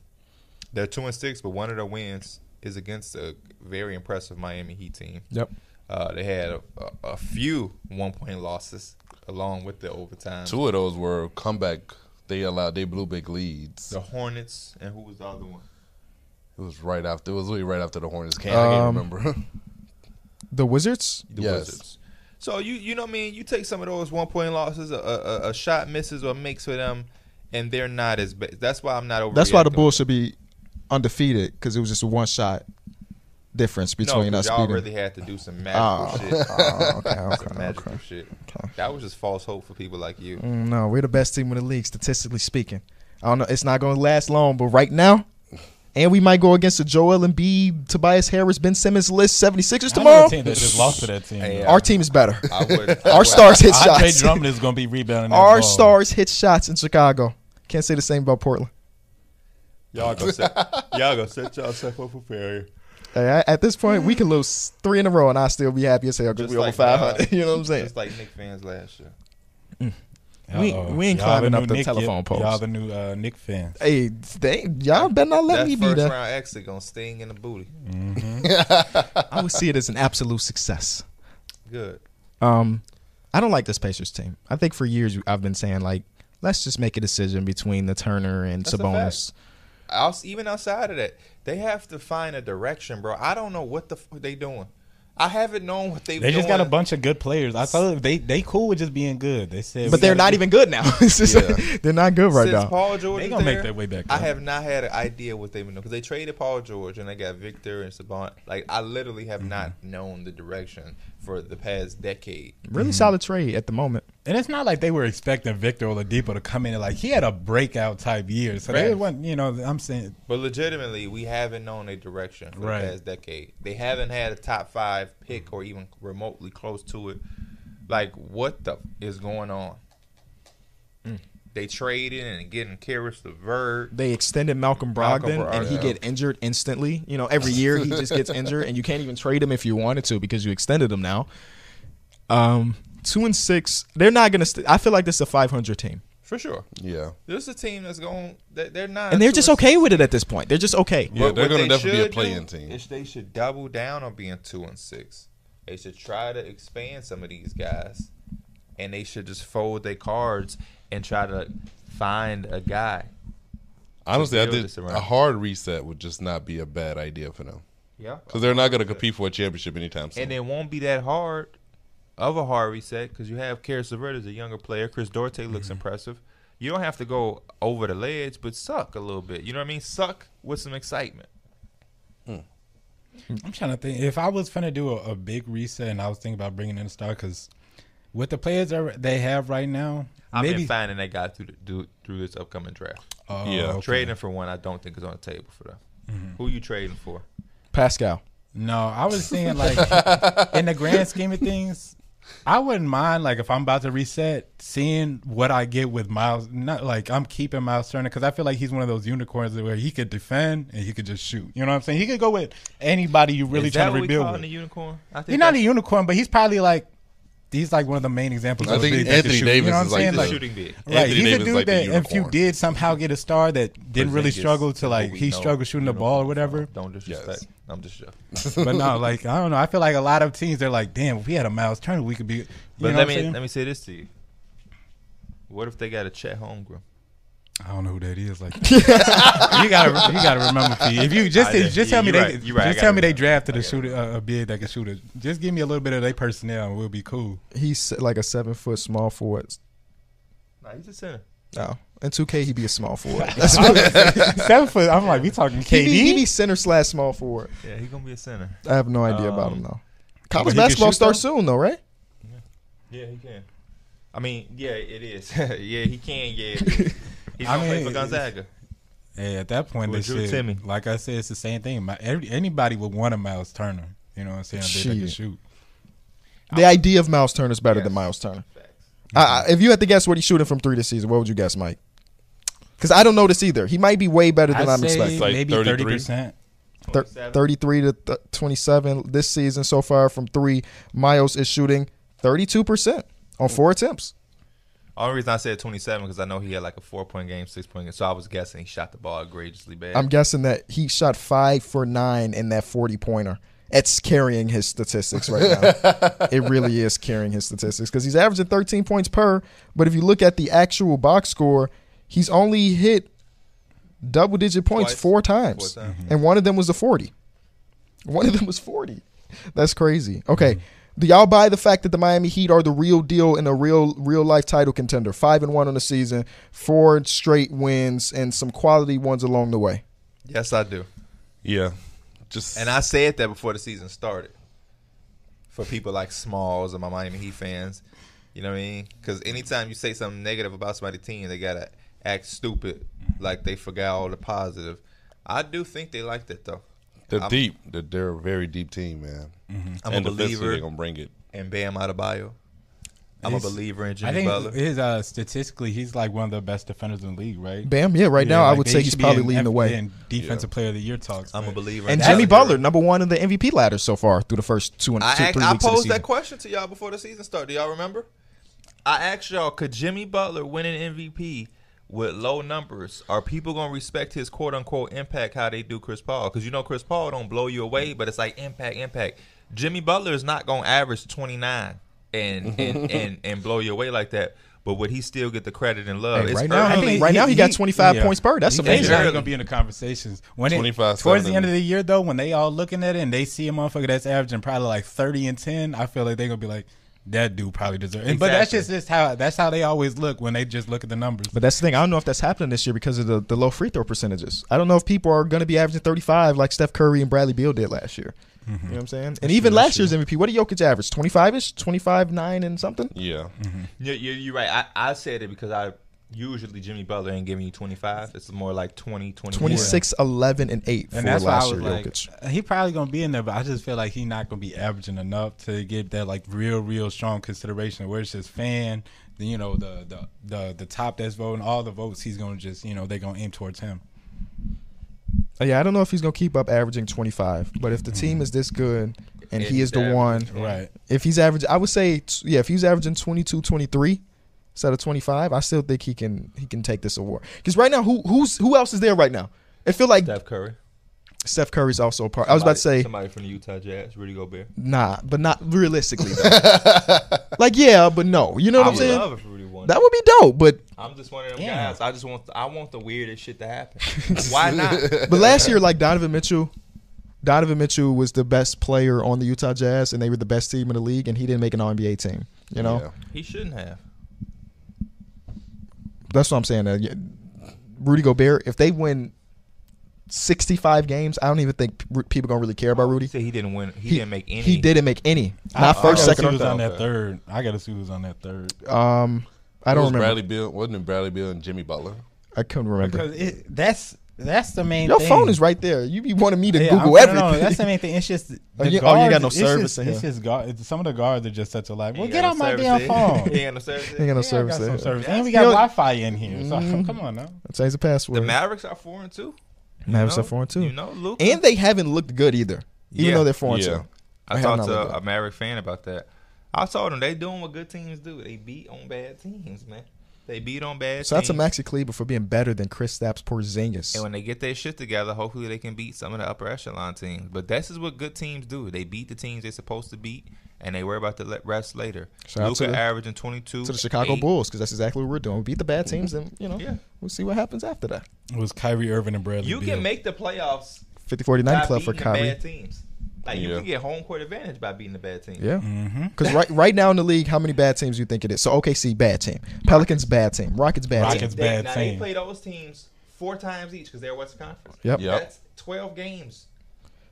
B: they're two and six, but one of their wins is against a very impressive Miami Heat team.
A: Yep.
B: Uh, they had a, a, a few one point losses along with the overtime.
C: two of those were comeback. They allowed, they blew big leads.
B: The Hornets and who was the other one?
C: It was right after, it was really right after the Hornets came. I can't
A: Um,
C: remember.
A: The Wizards.
B: The
C: Yes.
B: Wizards. So you you know what I mean you take some of those one point losses, a, a, a shot misses or makes for them, and they're not as bad. That's why I'm not over.
A: That's why the Bulls should be undefeated because it was just a one shot difference between
B: no,
A: us
B: 'cause y'all
A: beating.
B: really had to do some
A: oh,
B: magical shit.
A: oh, okay,
B: Some
A: okay,
B: magical
A: okay.
B: shit. That was just false hope for people like you.
A: Mm, No, we're the best team in the league, statistically speaking. I don't know. It's not going to last long, but right now, and we might go against the Joel Embiid, Tobias Harris, Ben Simmons list 76ers
D: I know
A: tomorrow.
D: the team that just lost to that team.
B: Hey,
D: bro.
B: uh,
A: Our team is better.
B: I would. I
A: Our
B: would-
A: stars hit
D: Andre
A: shots.
D: Drummond is gonna be rebounding. that
A: Our
D: ball.
A: stars hit shots in Chicago. Can't say the same about Portland.
B: Y'all gonna set y'all gonna set yourself up for failure.
A: Hey, I- at this point, we can lose three in a row, and I still be happy as hell because
B: Just
A: we over
B: like,
A: five hundred.
B: uh,
A: you know what I'm saying?
B: Just like Nick fans last year.
A: We-
D: Uh-oh.
A: we ain't
D: Y'all
A: climbing
D: new
A: up the
D: Nick,
A: telephone
D: y'all- Y'all
A: poles.
D: the new uh, Nick fans.
A: Hey, they, y'all better not let
B: that
A: me be
B: first
A: there.
B: round exit gonna sting in the booty.
A: I would see it as an absolute success.
B: Good.
A: Um, I don't like this Pacers team. I think for years I've been saying like, let's just make a decision between the Turner and
B: That's a
A: Sabonis.
B: outs- even outside of that, they have to find a direction, bro. I don't know what the fuck they doing. I haven't known what they've
D: They just got a
B: doing.
D: bunch of good players. I thought they they cool with just being good. They said,
A: But
D: we
A: they're
D: gotta
A: not
D: be-
A: even good now. It's just like, they're not good right
B: Since
A: now.
B: Paul George
D: They
B: is
D: gonna make
B: there,
D: their way back
B: I
D: up.
B: have not had an idea what they've been doing because they traded Paul George and they got Victor and Saban. Like I literally
D: Mm-hmm.
B: have not known the direction for the past decade.
A: Really solid trade at the moment.
D: And it's not like they were expecting Victor Oladipo to come in and like he had a breakout type year. So they
B: Right.
D: went, you know, I'm saying
B: But legitimately, we haven't known a direction for
D: Right.
B: the past decade. They haven't had a top five pick or even remotely close to it. Like what the f- is going on?
A: Mm.
B: They traded and getting Karis LeVert.
A: They extended Malcolm
B: Malcolm
A: Brogdon, and he
B: Brogdon.
A: get injured instantly. You know, every year he just gets injured, and you can't even trade him if you wanted to because you extended him now. Um, two and six, they're not gonna. St- I feel like this is a five hundred team,
B: For sure,
C: Yeah.
B: this is a team that's going. That they're not,
A: and they're
B: two
A: just
B: and
A: okay with it at this point. They're just okay.
C: Yeah,
B: What-
C: they're
B: what
C: gonna
B: they
C: definitely be a
B: should
C: play-in
B: do
C: team.
B: Is they should double down on being two and six. They should try to expand some of these guys, and they should just fold their cards and try to find a guy.
C: Honestly, I
B: build
C: did
B: this around.
C: a hard reset would just not be a bad idea for them
B: Yeah,
C: because they're not going to compete for a championship anytime soon.
B: and it won't be that hard of a hard reset because you have Karis LeVert as a younger player. Chris Dorte
D: Mm-hmm.
B: looks impressive. You don't have to go over the ledge, but suck a little bit. You know what I mean? Suck with some excitement.
D: I'm trying to think if I was finna do a, a big reset and I was thinking about bringing in a star because with the players that they have right now,
B: I've
D: maybe
B: been finding that guy through the, do, through this upcoming draft.
D: Oh,
C: Yeah.
D: okay. Mm-hmm.
B: Trading for one, I don't think is on the table for them. Who you trading for?
A: Pascal,
D: No, I was thinking like in the grand scheme of things, I wouldn't mind like if I'm about to reset, seeing what I get with Miles. Not like I'm keeping Miles Turner because I feel like he's one of those unicorns where he could defend and he could just shoot. You know what I'm saying? He could go with anybody you really
B: is that
D: trying to
B: what we
D: rebuild
B: calling
D: with.
B: the unicorn? I think
D: he's not a
B: that's
D: unicorn, but he's probably like he's like one of the main examples.
C: I
D: of a
C: think
D: big that can
C: Anthony
D: shoot.
C: Davis
D: you know
C: is
D: what I'm
C: like
D: saying?
C: the-
D: Like,
B: shooting big.
D: Right,
C: Anthony
D: he's
C: Davis
D: a
C: is
D: dude
C: like the
D: that if you
C: unicorn.
D: did somehow get a star that didn't really
B: Porzingis,
D: struggle to
B: what
D: like
B: we
D: he
B: know,
D: struggled shooting the
B: unicorn
D: ball or
B: from.
D: whatever.
B: Don't disrespect.
C: Yes.
B: I'm just joking.
D: but no, like I don't know. I feel like a lot of teams they're like, damn, if we had a Miles Turner, we could be. You
B: But let
D: know what I'm
B: me
D: saying?
B: let me say this to you. What if they got a Chet Holmgren?
D: I don't know who that is. Like, you gotta you gotta remember. P. If you just
B: I did.
D: just tell
B: You-
D: me
B: you
D: they
B: right. You right. I
D: just
B: gotta
D: tell me they
B: remember.
D: drafted
B: I
D: a
B: gotta
D: shooter a, a big that can shoot it. Just give me a little bit of their personnel and we'll be cool.
A: he's like a seven foot small forward.
B: Nah, he's a center.
A: No, in two K he'd be a small forward.
D: Seven foot. I'm like, we talking
A: He'd be, he'd be
D: KD.
A: center slash small forward.
B: Yeah, he's gonna be a center.
A: I have no idea about him
B: Um,
A: though.
D: but he
A: College
D: can
A: basketball
D: shoot,
A: starts soon though, right?
B: Yeah, he can. I mean, yeah, it is. yeah, he can. Yeah, it is. he's
D: I
B: gonna play
D: mean,
B: for Gonzaga.
D: Yeah, at that point, they
B: With Drew
D: should.
B: Timmy.
D: Like I said, it's the same thing. My, every, anybody would want a Miles Turner. You know what I'm saying? A big that can
A: Shit.
D: shoot.
A: The idea of Miles Turner is better than
B: Yes.
A: Miles Turner.
B: Facts.
A: I, I- if you had to guess what he's shooting from three this season, what would you guess, Mike? Because I don't know this either. He might be way better than i am
D: I'd say
A: expecting.
C: Like
D: maybe
C: 33?
D: thirty percent.
A: Thir-
B: 27.
A: 33 to th- 27 this season so far from three. Miles is shooting 32% on four attempts.
B: Only reason I said 27 because I know he had like a four point game, six point game. So I was guessing he shot the ball egregiously bad.
A: I'm guessing that he shot five for nine in that 40 pointer. It's carrying his statistics right now. it really is carrying his statistics because he's averaging 13 points per. But if you look at the actual box score, he's only hit double digit points
B: Twice.
A: four times.
B: Four times.
A: And one of them was a 40. One of them was 40. That's crazy. Okay.
B: Mm-hmm.
A: Do y'all buy the fact that the Miami Heat are the real deal and a real real life title contender? Five and one on the season, four straight wins, and some quality ones along the way.
B: yes, I do.
C: yeah, just
B: And I said that before the season started. For people like Smalls and my Miami Heat fans, you know what I mean? Because anytime you say something negative about somebody's team, they gotta act stupid, like they forgot all the positive. I do think they liked it though.
C: they're
B: I'm- Mm-hmm.
C: deep. They're, they're a very deep team, man.
B: I'm
C: and
B: a
C: defensively,
B: believer
C: They're gonna bring it.
B: in Bam Adebayo. I'm
D: He's-
B: a believer in
D: I
B: Jimmy
D: think
B: Butler.
D: his uh, statistically, he's like one of the best defenders in the league, right?
A: Bam, yeah, right now
D: Yeah,
A: I
D: like,
A: would
D: they
A: say he's
D: should be
A: probably
D: in
A: leading the
D: F-
A: way.
D: in defensive player of the year talks.
B: I'm a
D: but-
B: believer.
A: And
B: in
A: Jimmy
B: Tyler
A: Butler,
B: Hero.
A: number one in the MVP ladder so far through the first two and two,
B: I, act,
A: three
B: I
A: weeks of the
B: posed
A: season.
B: that question to y'all before the season started. Do y'all remember? I asked y'all, could Jimmy Butler win an MVP with low numbers? Are people gonna respect his quote unquote impact how they do Chris Paul? Because you know Chris Paul don't blow you away, but it's like impact, impact. Jimmy Butler is not gonna average twenty nine and and, and and blow you away like that. but would he still get the credit and love?
D: Hey,
B: It's
D: right now,
A: I
B: early.
A: mean, right now he, got
D: He-
A: 25
D: yeah.
A: points per. That's
D: He's
A: amazing.
D: not
B: early.
D: gonna be in the conversations when it,
C: 25,
D: towards the
C: seven.
D: end of the year though. When they all looking at it and they see a motherfucker that's averaging probably like thirty and ten, I feel like they're gonna be like, that dude probably deserves. it. But that's just,
B: Exactly.
D: just how that's how they always look when they just look at the numbers.
A: But that's the thing. I don't know if that's happening this year because of the, the low free throw percentages. I don't know if people are going to be averaging 35 like Steph Curry and Bradley Beal did last year. You know what I'm saying? And even
D: true, Mm-hmm. that's
A: last year's MVP, what did Jokic average? 25 ish? 25, 9 and something?
C: Yeah.
A: Mm-hmm.
B: Yeah, you're, you're right. I, I said it because I usually Jimmy Butler ain't giving you 25. It's more like 20, 21.
A: 26, 11 and 8 for
D: and that's why I
A: last
D: was
A: year,
D: like,
A: Jokic.
D: he probably gonna be in there, but I just feel like he not gonna be averaging enough to get that like real, real strong consideration. Where it's just fan, the, you know, the, the the the top that's voting, all the votes. He's gonna just, you know, they gonna aim towards him.
A: Uh, Yeah, I don't know if he's going to keep up averaging 25, but if the
D: Mm-hmm.
A: team is this good and
B: If
A: he is
B: he's
A: the
B: averaging
A: one,
B: 25.
D: Right.
A: if he's averaging, I would say, t- yeah, if he's averaging 22, 23 instead of 25, I still think he can he can take this award. Because right now, who who's who else is there right now? I feel like
B: Steph Curry.
A: Steph Curry's also a part. I was about to
B: Somebody-
A: say
B: somebody from the Utah Jazz, Rudy Gobert.
A: nah, but not realistically. Though. like yeah, but no. You know what
B: I
A: I'm
B: would
A: saying?
B: love if Rudy won.
A: That would be dope. But
B: I'm just one of them
D: Yeah.
B: guys. I just want I want the weirdest shit to happen. Why not?
A: but last year, like Donovan Mitchell, Donovan Mitchell was the best player on the Utah Jazz, and they were the best team in the league, and he didn't make an All NBA team. You know,
C: Yeah.
B: He shouldn't have.
A: that's what I'm saying. Uh, yeah, Rudy Gobert, if they win 65 games, I don't even think p- people gonna really care about Rudy.
B: He said he didn't win. He, didn't make any.
A: He didn't make any. Not
D: I-
A: first,
D: I gotta
A: second,
D: see
A: or
D: who's on
A: third.
D: that third. I gotta see who's on that third.
A: Um, I
C: It
A: don't
C: was
A: remember.
C: Bradley Bill wasn't it Bradley Bill and Jimmy Butler?
A: I couldn't remember.
D: Because it, that's that's the main.
A: Your
D: thing.
A: phone is right there. You be wanting me to
D: Yeah,
A: Google
D: I'm- no,
A: everything.
D: No, that's the main thing. It's just the
A: Oh, you- oh, you
D: guards-
A: got no
D: it's
A: service
D: just-
A: in
D: It's
A: here.
D: just guard. Some of the guards are just such a like. Well,
B: He
D: get
B: got
D: on
B: no
D: my damn
B: services.
D: phone.
B: he ain't no service.
A: Ain't got no
D: Yeah, I got
A: service
D: some
A: there.
D: service.
B: That's- Mm-hmm.
D: And we got
A: you know-
D: Wi Fi in here. So come on now.
A: Change the
B: The
A: password.
B: Mavericks are four and two. You
A: Mavericks
B: know?
A: are four and two.
B: You know, Luke.
A: and they haven't looked good either, even
B: Yeah.
A: though they're four
C: Yeah.
A: and two.
B: I
A: have
B: talked
A: not looked
B: to
A: good.
B: a Maverick fan about that. I told him they doing what good teams do. They beat on bad teams, man. They beat on bad
A: So that's
B: teams.
A: a Maxi Kleber for being better than Chris Stapps
B: And
A: Porzingis.
B: when they get their shit together, hopefully they can beat some of the upper echelon teams. But this is what good teams do. They beat the teams they're supposed to beat, and they worry about the le- rest later.
A: Shout out
B: Luca
A: to the-
B: averaging 22.
A: To the Chicago
B: eight.
A: Bulls, because that's exactly what we're doing. We beat the bad teams, and you know,
B: Yeah.
A: we'll see what happens after that.
D: It was Kyrie Irving and Bradley.
B: You
D: Beal.
B: can make the playoffs
A: 50 49
B: by
A: club for
B: beating the
A: Kyrie.
B: bad teams. Like, you
C: Yeah.
B: can get home court advantage by beating the bad teams.
A: Yeah.
C: Mm-hmm.
A: Because right, right now in the league, how many bad teams you think it is? So OKC, bad team. Pelicans, bad team. Rockets, bad
D: Rockets.
A: team.
B: They,
D: bad
B: now,
D: team.
B: they play those teams four times each because they're West Conference.
A: Yep.
C: Yep.
B: That's 12 games.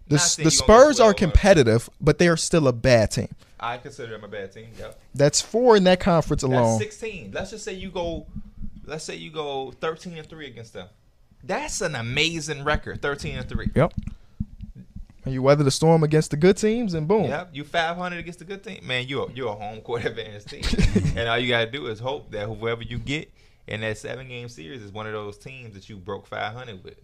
A: The,
B: Not
A: S-
B: saying
A: the
B: you gonna get
A: Spurs are
B: 12, but
A: competitive, but they are still a bad team.
B: I consider them a bad team. Yep.
A: That's four in that conference
B: That's
A: alone.
B: 16. Let's just say you go, let's say you go 13 and three against them. That's an amazing record, 13 and three.
A: Yep. And you weather the storm against the good teams, and boom.
B: Yep, you 500 against a good team, man. You a, you a home court advantage team, and all you gotta do is hope that whoever you get in that seven game series is one of those teams that you broke 500 with.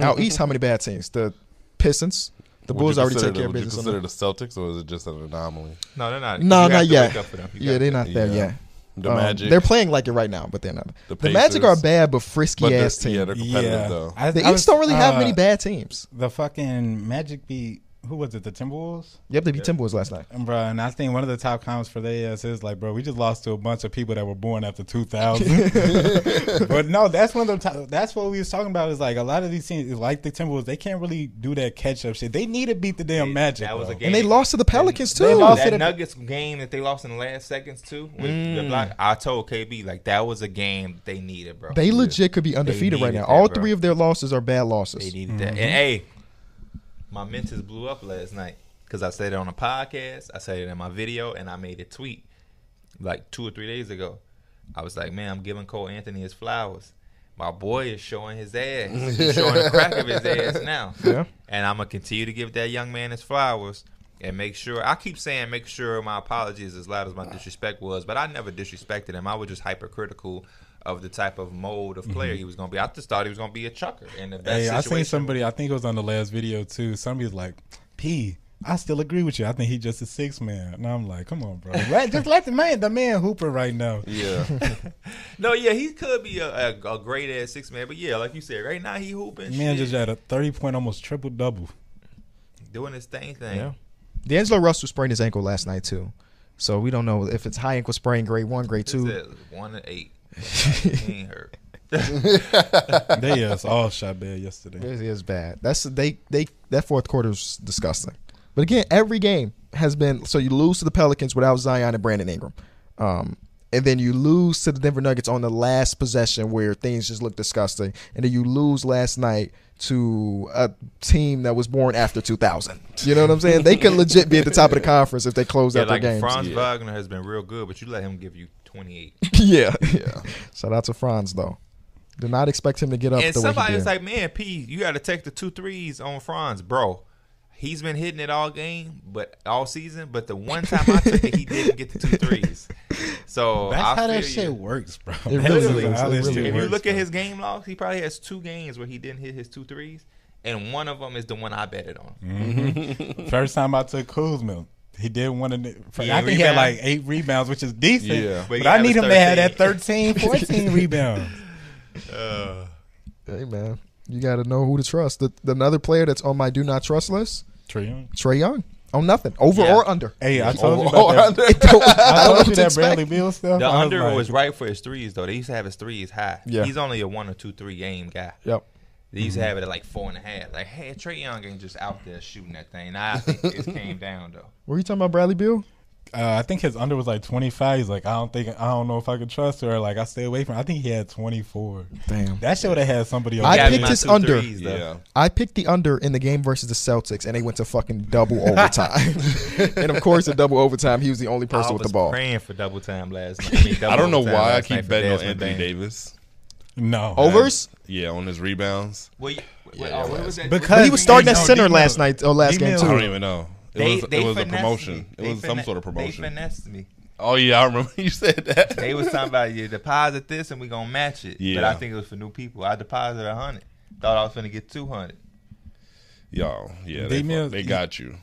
A: Out east, how many bad teams? The Pistons. The
C: Would
A: Bulls
C: you
A: already
C: consider
A: take care
C: the-
A: of
C: would you
A: business. on
C: consider
A: them.
C: the Celtics or is it just an anomaly?
B: No, they're not.
A: No,
B: you have
A: not
B: to
A: yet.
B: wake up for them. You
A: Yeah,
B: gotta-
A: they're not there
C: Yeah.
A: yet.
C: The
A: Um,
C: Magic.
A: They're playing like it right now, but they're not. The,
C: The
A: Magic are
C: Pacers.
A: bad, but frisky
C: But they're-
A: ass team.
C: yeah, they're competitive though.
D: I-
A: the
D: I
A: East don't really have
D: uh,
A: many bad teams.
D: The fucking Magic beat who was it? The Timberwolves,
A: Yep, they beat Timberwolves last night.
D: and bro. And I think one of the top comments for their ass is like, bro, we just lost to a bunch of people that were born after 2000. but no, that's one of the top, that's what we was talking about. Is like a lot of these teams, like the Timberwolves, they can't really do that catch up shit. They need to beat the damn
B: They-
D: Magic.
B: that was
D: bro.
B: a game.
A: And they lost to the Pelicans, too.
D: They lost to
B: that
D: the-
B: Nuggets game that they lost in the last seconds too. With
A: Mm.
B: the block, I told KB like that was a game they needed, bro.
A: They legit could be undefeated right
B: needed
A: now.
B: that,
A: All
B: bro.
A: three of their losses are bad
B: They
A: losses.
B: needed that.
D: Mm-hmm.
B: And hey, my mentors blew up last night because I said it on a podcast, I said it in my video, and I made a tweet like two or three days ago. I was like, man, I'm giving Cole Anthony his flowers. My boy is showing his ass. He's showing the crack of his ass now.
A: Yeah.
B: And I'm going to continue to give that young man his flowers and make sure. I keep saying make sure my apology is as loud as my disrespect was, but I never disrespected him. I was just hypercritical of the type of mold of player he was going to be. I just thought he was going to be a chucker. And if that
D: Mm-hmm. Hey, I seen
B: situation-
D: somebody. I think it was on the last video too. Somebody's like, "P, I still agree with you. I think he's just a six man." And I'm like, "Come on, bro, Let- just let the man, the man hooper right now."
C: Yeah.
B: No, yeah, he could be a, a, a great ass six man, but yeah, like you said, right now he hooping,
D: Man
B: shit,
D: just had a thirty point, almost triple double.
B: doing his thing thing.
A: Yeah. D'Angelo Russell sprained his ankle last night, too. So we don't know if it's high ankle sprain, grade one, grade
B: Two.
A: two.
B: one and eight. he ain't hurt.
D: They us all shot bad yesterday.
A: It is bad. That's they they that fourth quarter is disgusting. But again, every game has been so you lose to the Pelicans without Zion and Brandon Ingram, um, and then you lose to the Denver Nuggets on the last possession where things just look disgusting, and then you lose last night to a team that was born after 2000. You know what I'm saying? They could legit be at the top of the conference if they close
B: Yeah,
A: out their
B: like
A: games.
B: Franz
C: Yeah.
B: Wagner has been real good, but you let him give you twenty eight.
A: yeah,
C: Yeah.
A: Shout out to Franz though. Did not expect him to get up.
B: and
A: the way
B: somebody
A: he
B: was
A: did.
B: like, "Man, P, you got to take the two threes on Franz, bro. He's been hitting it all game, but all season. But the one time I took it, he didn't get the two threes. So
D: That's
B: I
D: how that
B: feel
D: shit
B: you.
D: works, bro.
A: It
D: That
A: really
D: is
A: is.
D: how
A: It
D: this
A: really
D: shit
B: If you
D: works,
B: look
D: bro.
B: at his game logs, he probably has two games where he didn't hit his two threes, and one of them is the one I betted on.
C: Mm-hmm.
D: First time I took Kuzma, he did one of the. I
B: Yeah,
D: think he had
B: rebound.
D: like eight rebounds, which is decent.
C: Yeah.
B: But
D: But,
B: he
D: I need
B: averaged
D: him to have that
B: 13.
D: 13, 14 rebounds.
A: Hey man, you got to know who to trust. The, the- another player that's on my do not trust list,
D: Trey
A: Trey Young, on nothing, over
B: Yeah.
A: or under.
D: Hey, I told you
C: Oh,
D: about that.
C: I know.
D: I
A: don't
D: told
A: know
D: you
A: what
D: that
A: to
D: Bradley uh,
A: expect.
D: Beal stuff.
B: The
D: I was
B: under
D: like,
B: was right for his threes though. They used to have his threes high.
A: Yeah.
B: He's only a one or two three game guy.
A: Yep.
B: They used
C: Mm-hmm.
B: to have it at like four and a half. Like, hey, Trey Young ain't just out there shooting that thing. Nah, I think it came down though.
A: Were you talking about Bradley Beal?
D: Uh, I think his under was like 25. He's like, I don't think, I don't know if I could trust her. Like, I stay away from. her. I think he had 24.
A: Damn.
D: That shit would have had somebody. on
A: I
D: that
B: Got me
A: picked
B: my
D: list.
A: his
B: two
A: under.
B: threes, though.
C: Yeah.
A: I picked the under in the game versus the Celtics, and they went to fucking double overtime. and of course, in double overtime, he was the only person
B: I
A: with
B: was
A: the ball.
B: praying for double time last night. I, mean, double
C: I don't know
B: overtime
C: why I
B: last night
C: keep
B: for
C: betting on
B: Desmond
C: Anthony
B: Bain.
C: Davis.
D: No.
A: Overs?
C: Yeah, on his rebounds.
B: Well, you- well,
C: Yeah,
B: oh, what
C: last
B: was that?
D: Because-
A: But he was starting at
D: No,
A: center
D: D-Mill.
A: last night or last game
D: D-Mill.
C: I don't
A: too.
C: even know. It
B: They-
C: was,
B: they
C: it was a
B: finessed
C: promotion.
B: me.
C: It
B: They
C: was some
B: finessed-
C: sort of
B: They
C: promotion.
B: finessed me.
C: Oh yeah, I remember you said that.
B: They was talking about you deposit this and we gonna match it. But
C: Yeah.
B: I think it was for new people. I deposited a hundred. Thought I was gonna get two hundred.
C: Y'all, yeah,
D: They
C: they,
D: meal-
C: fu- they got you.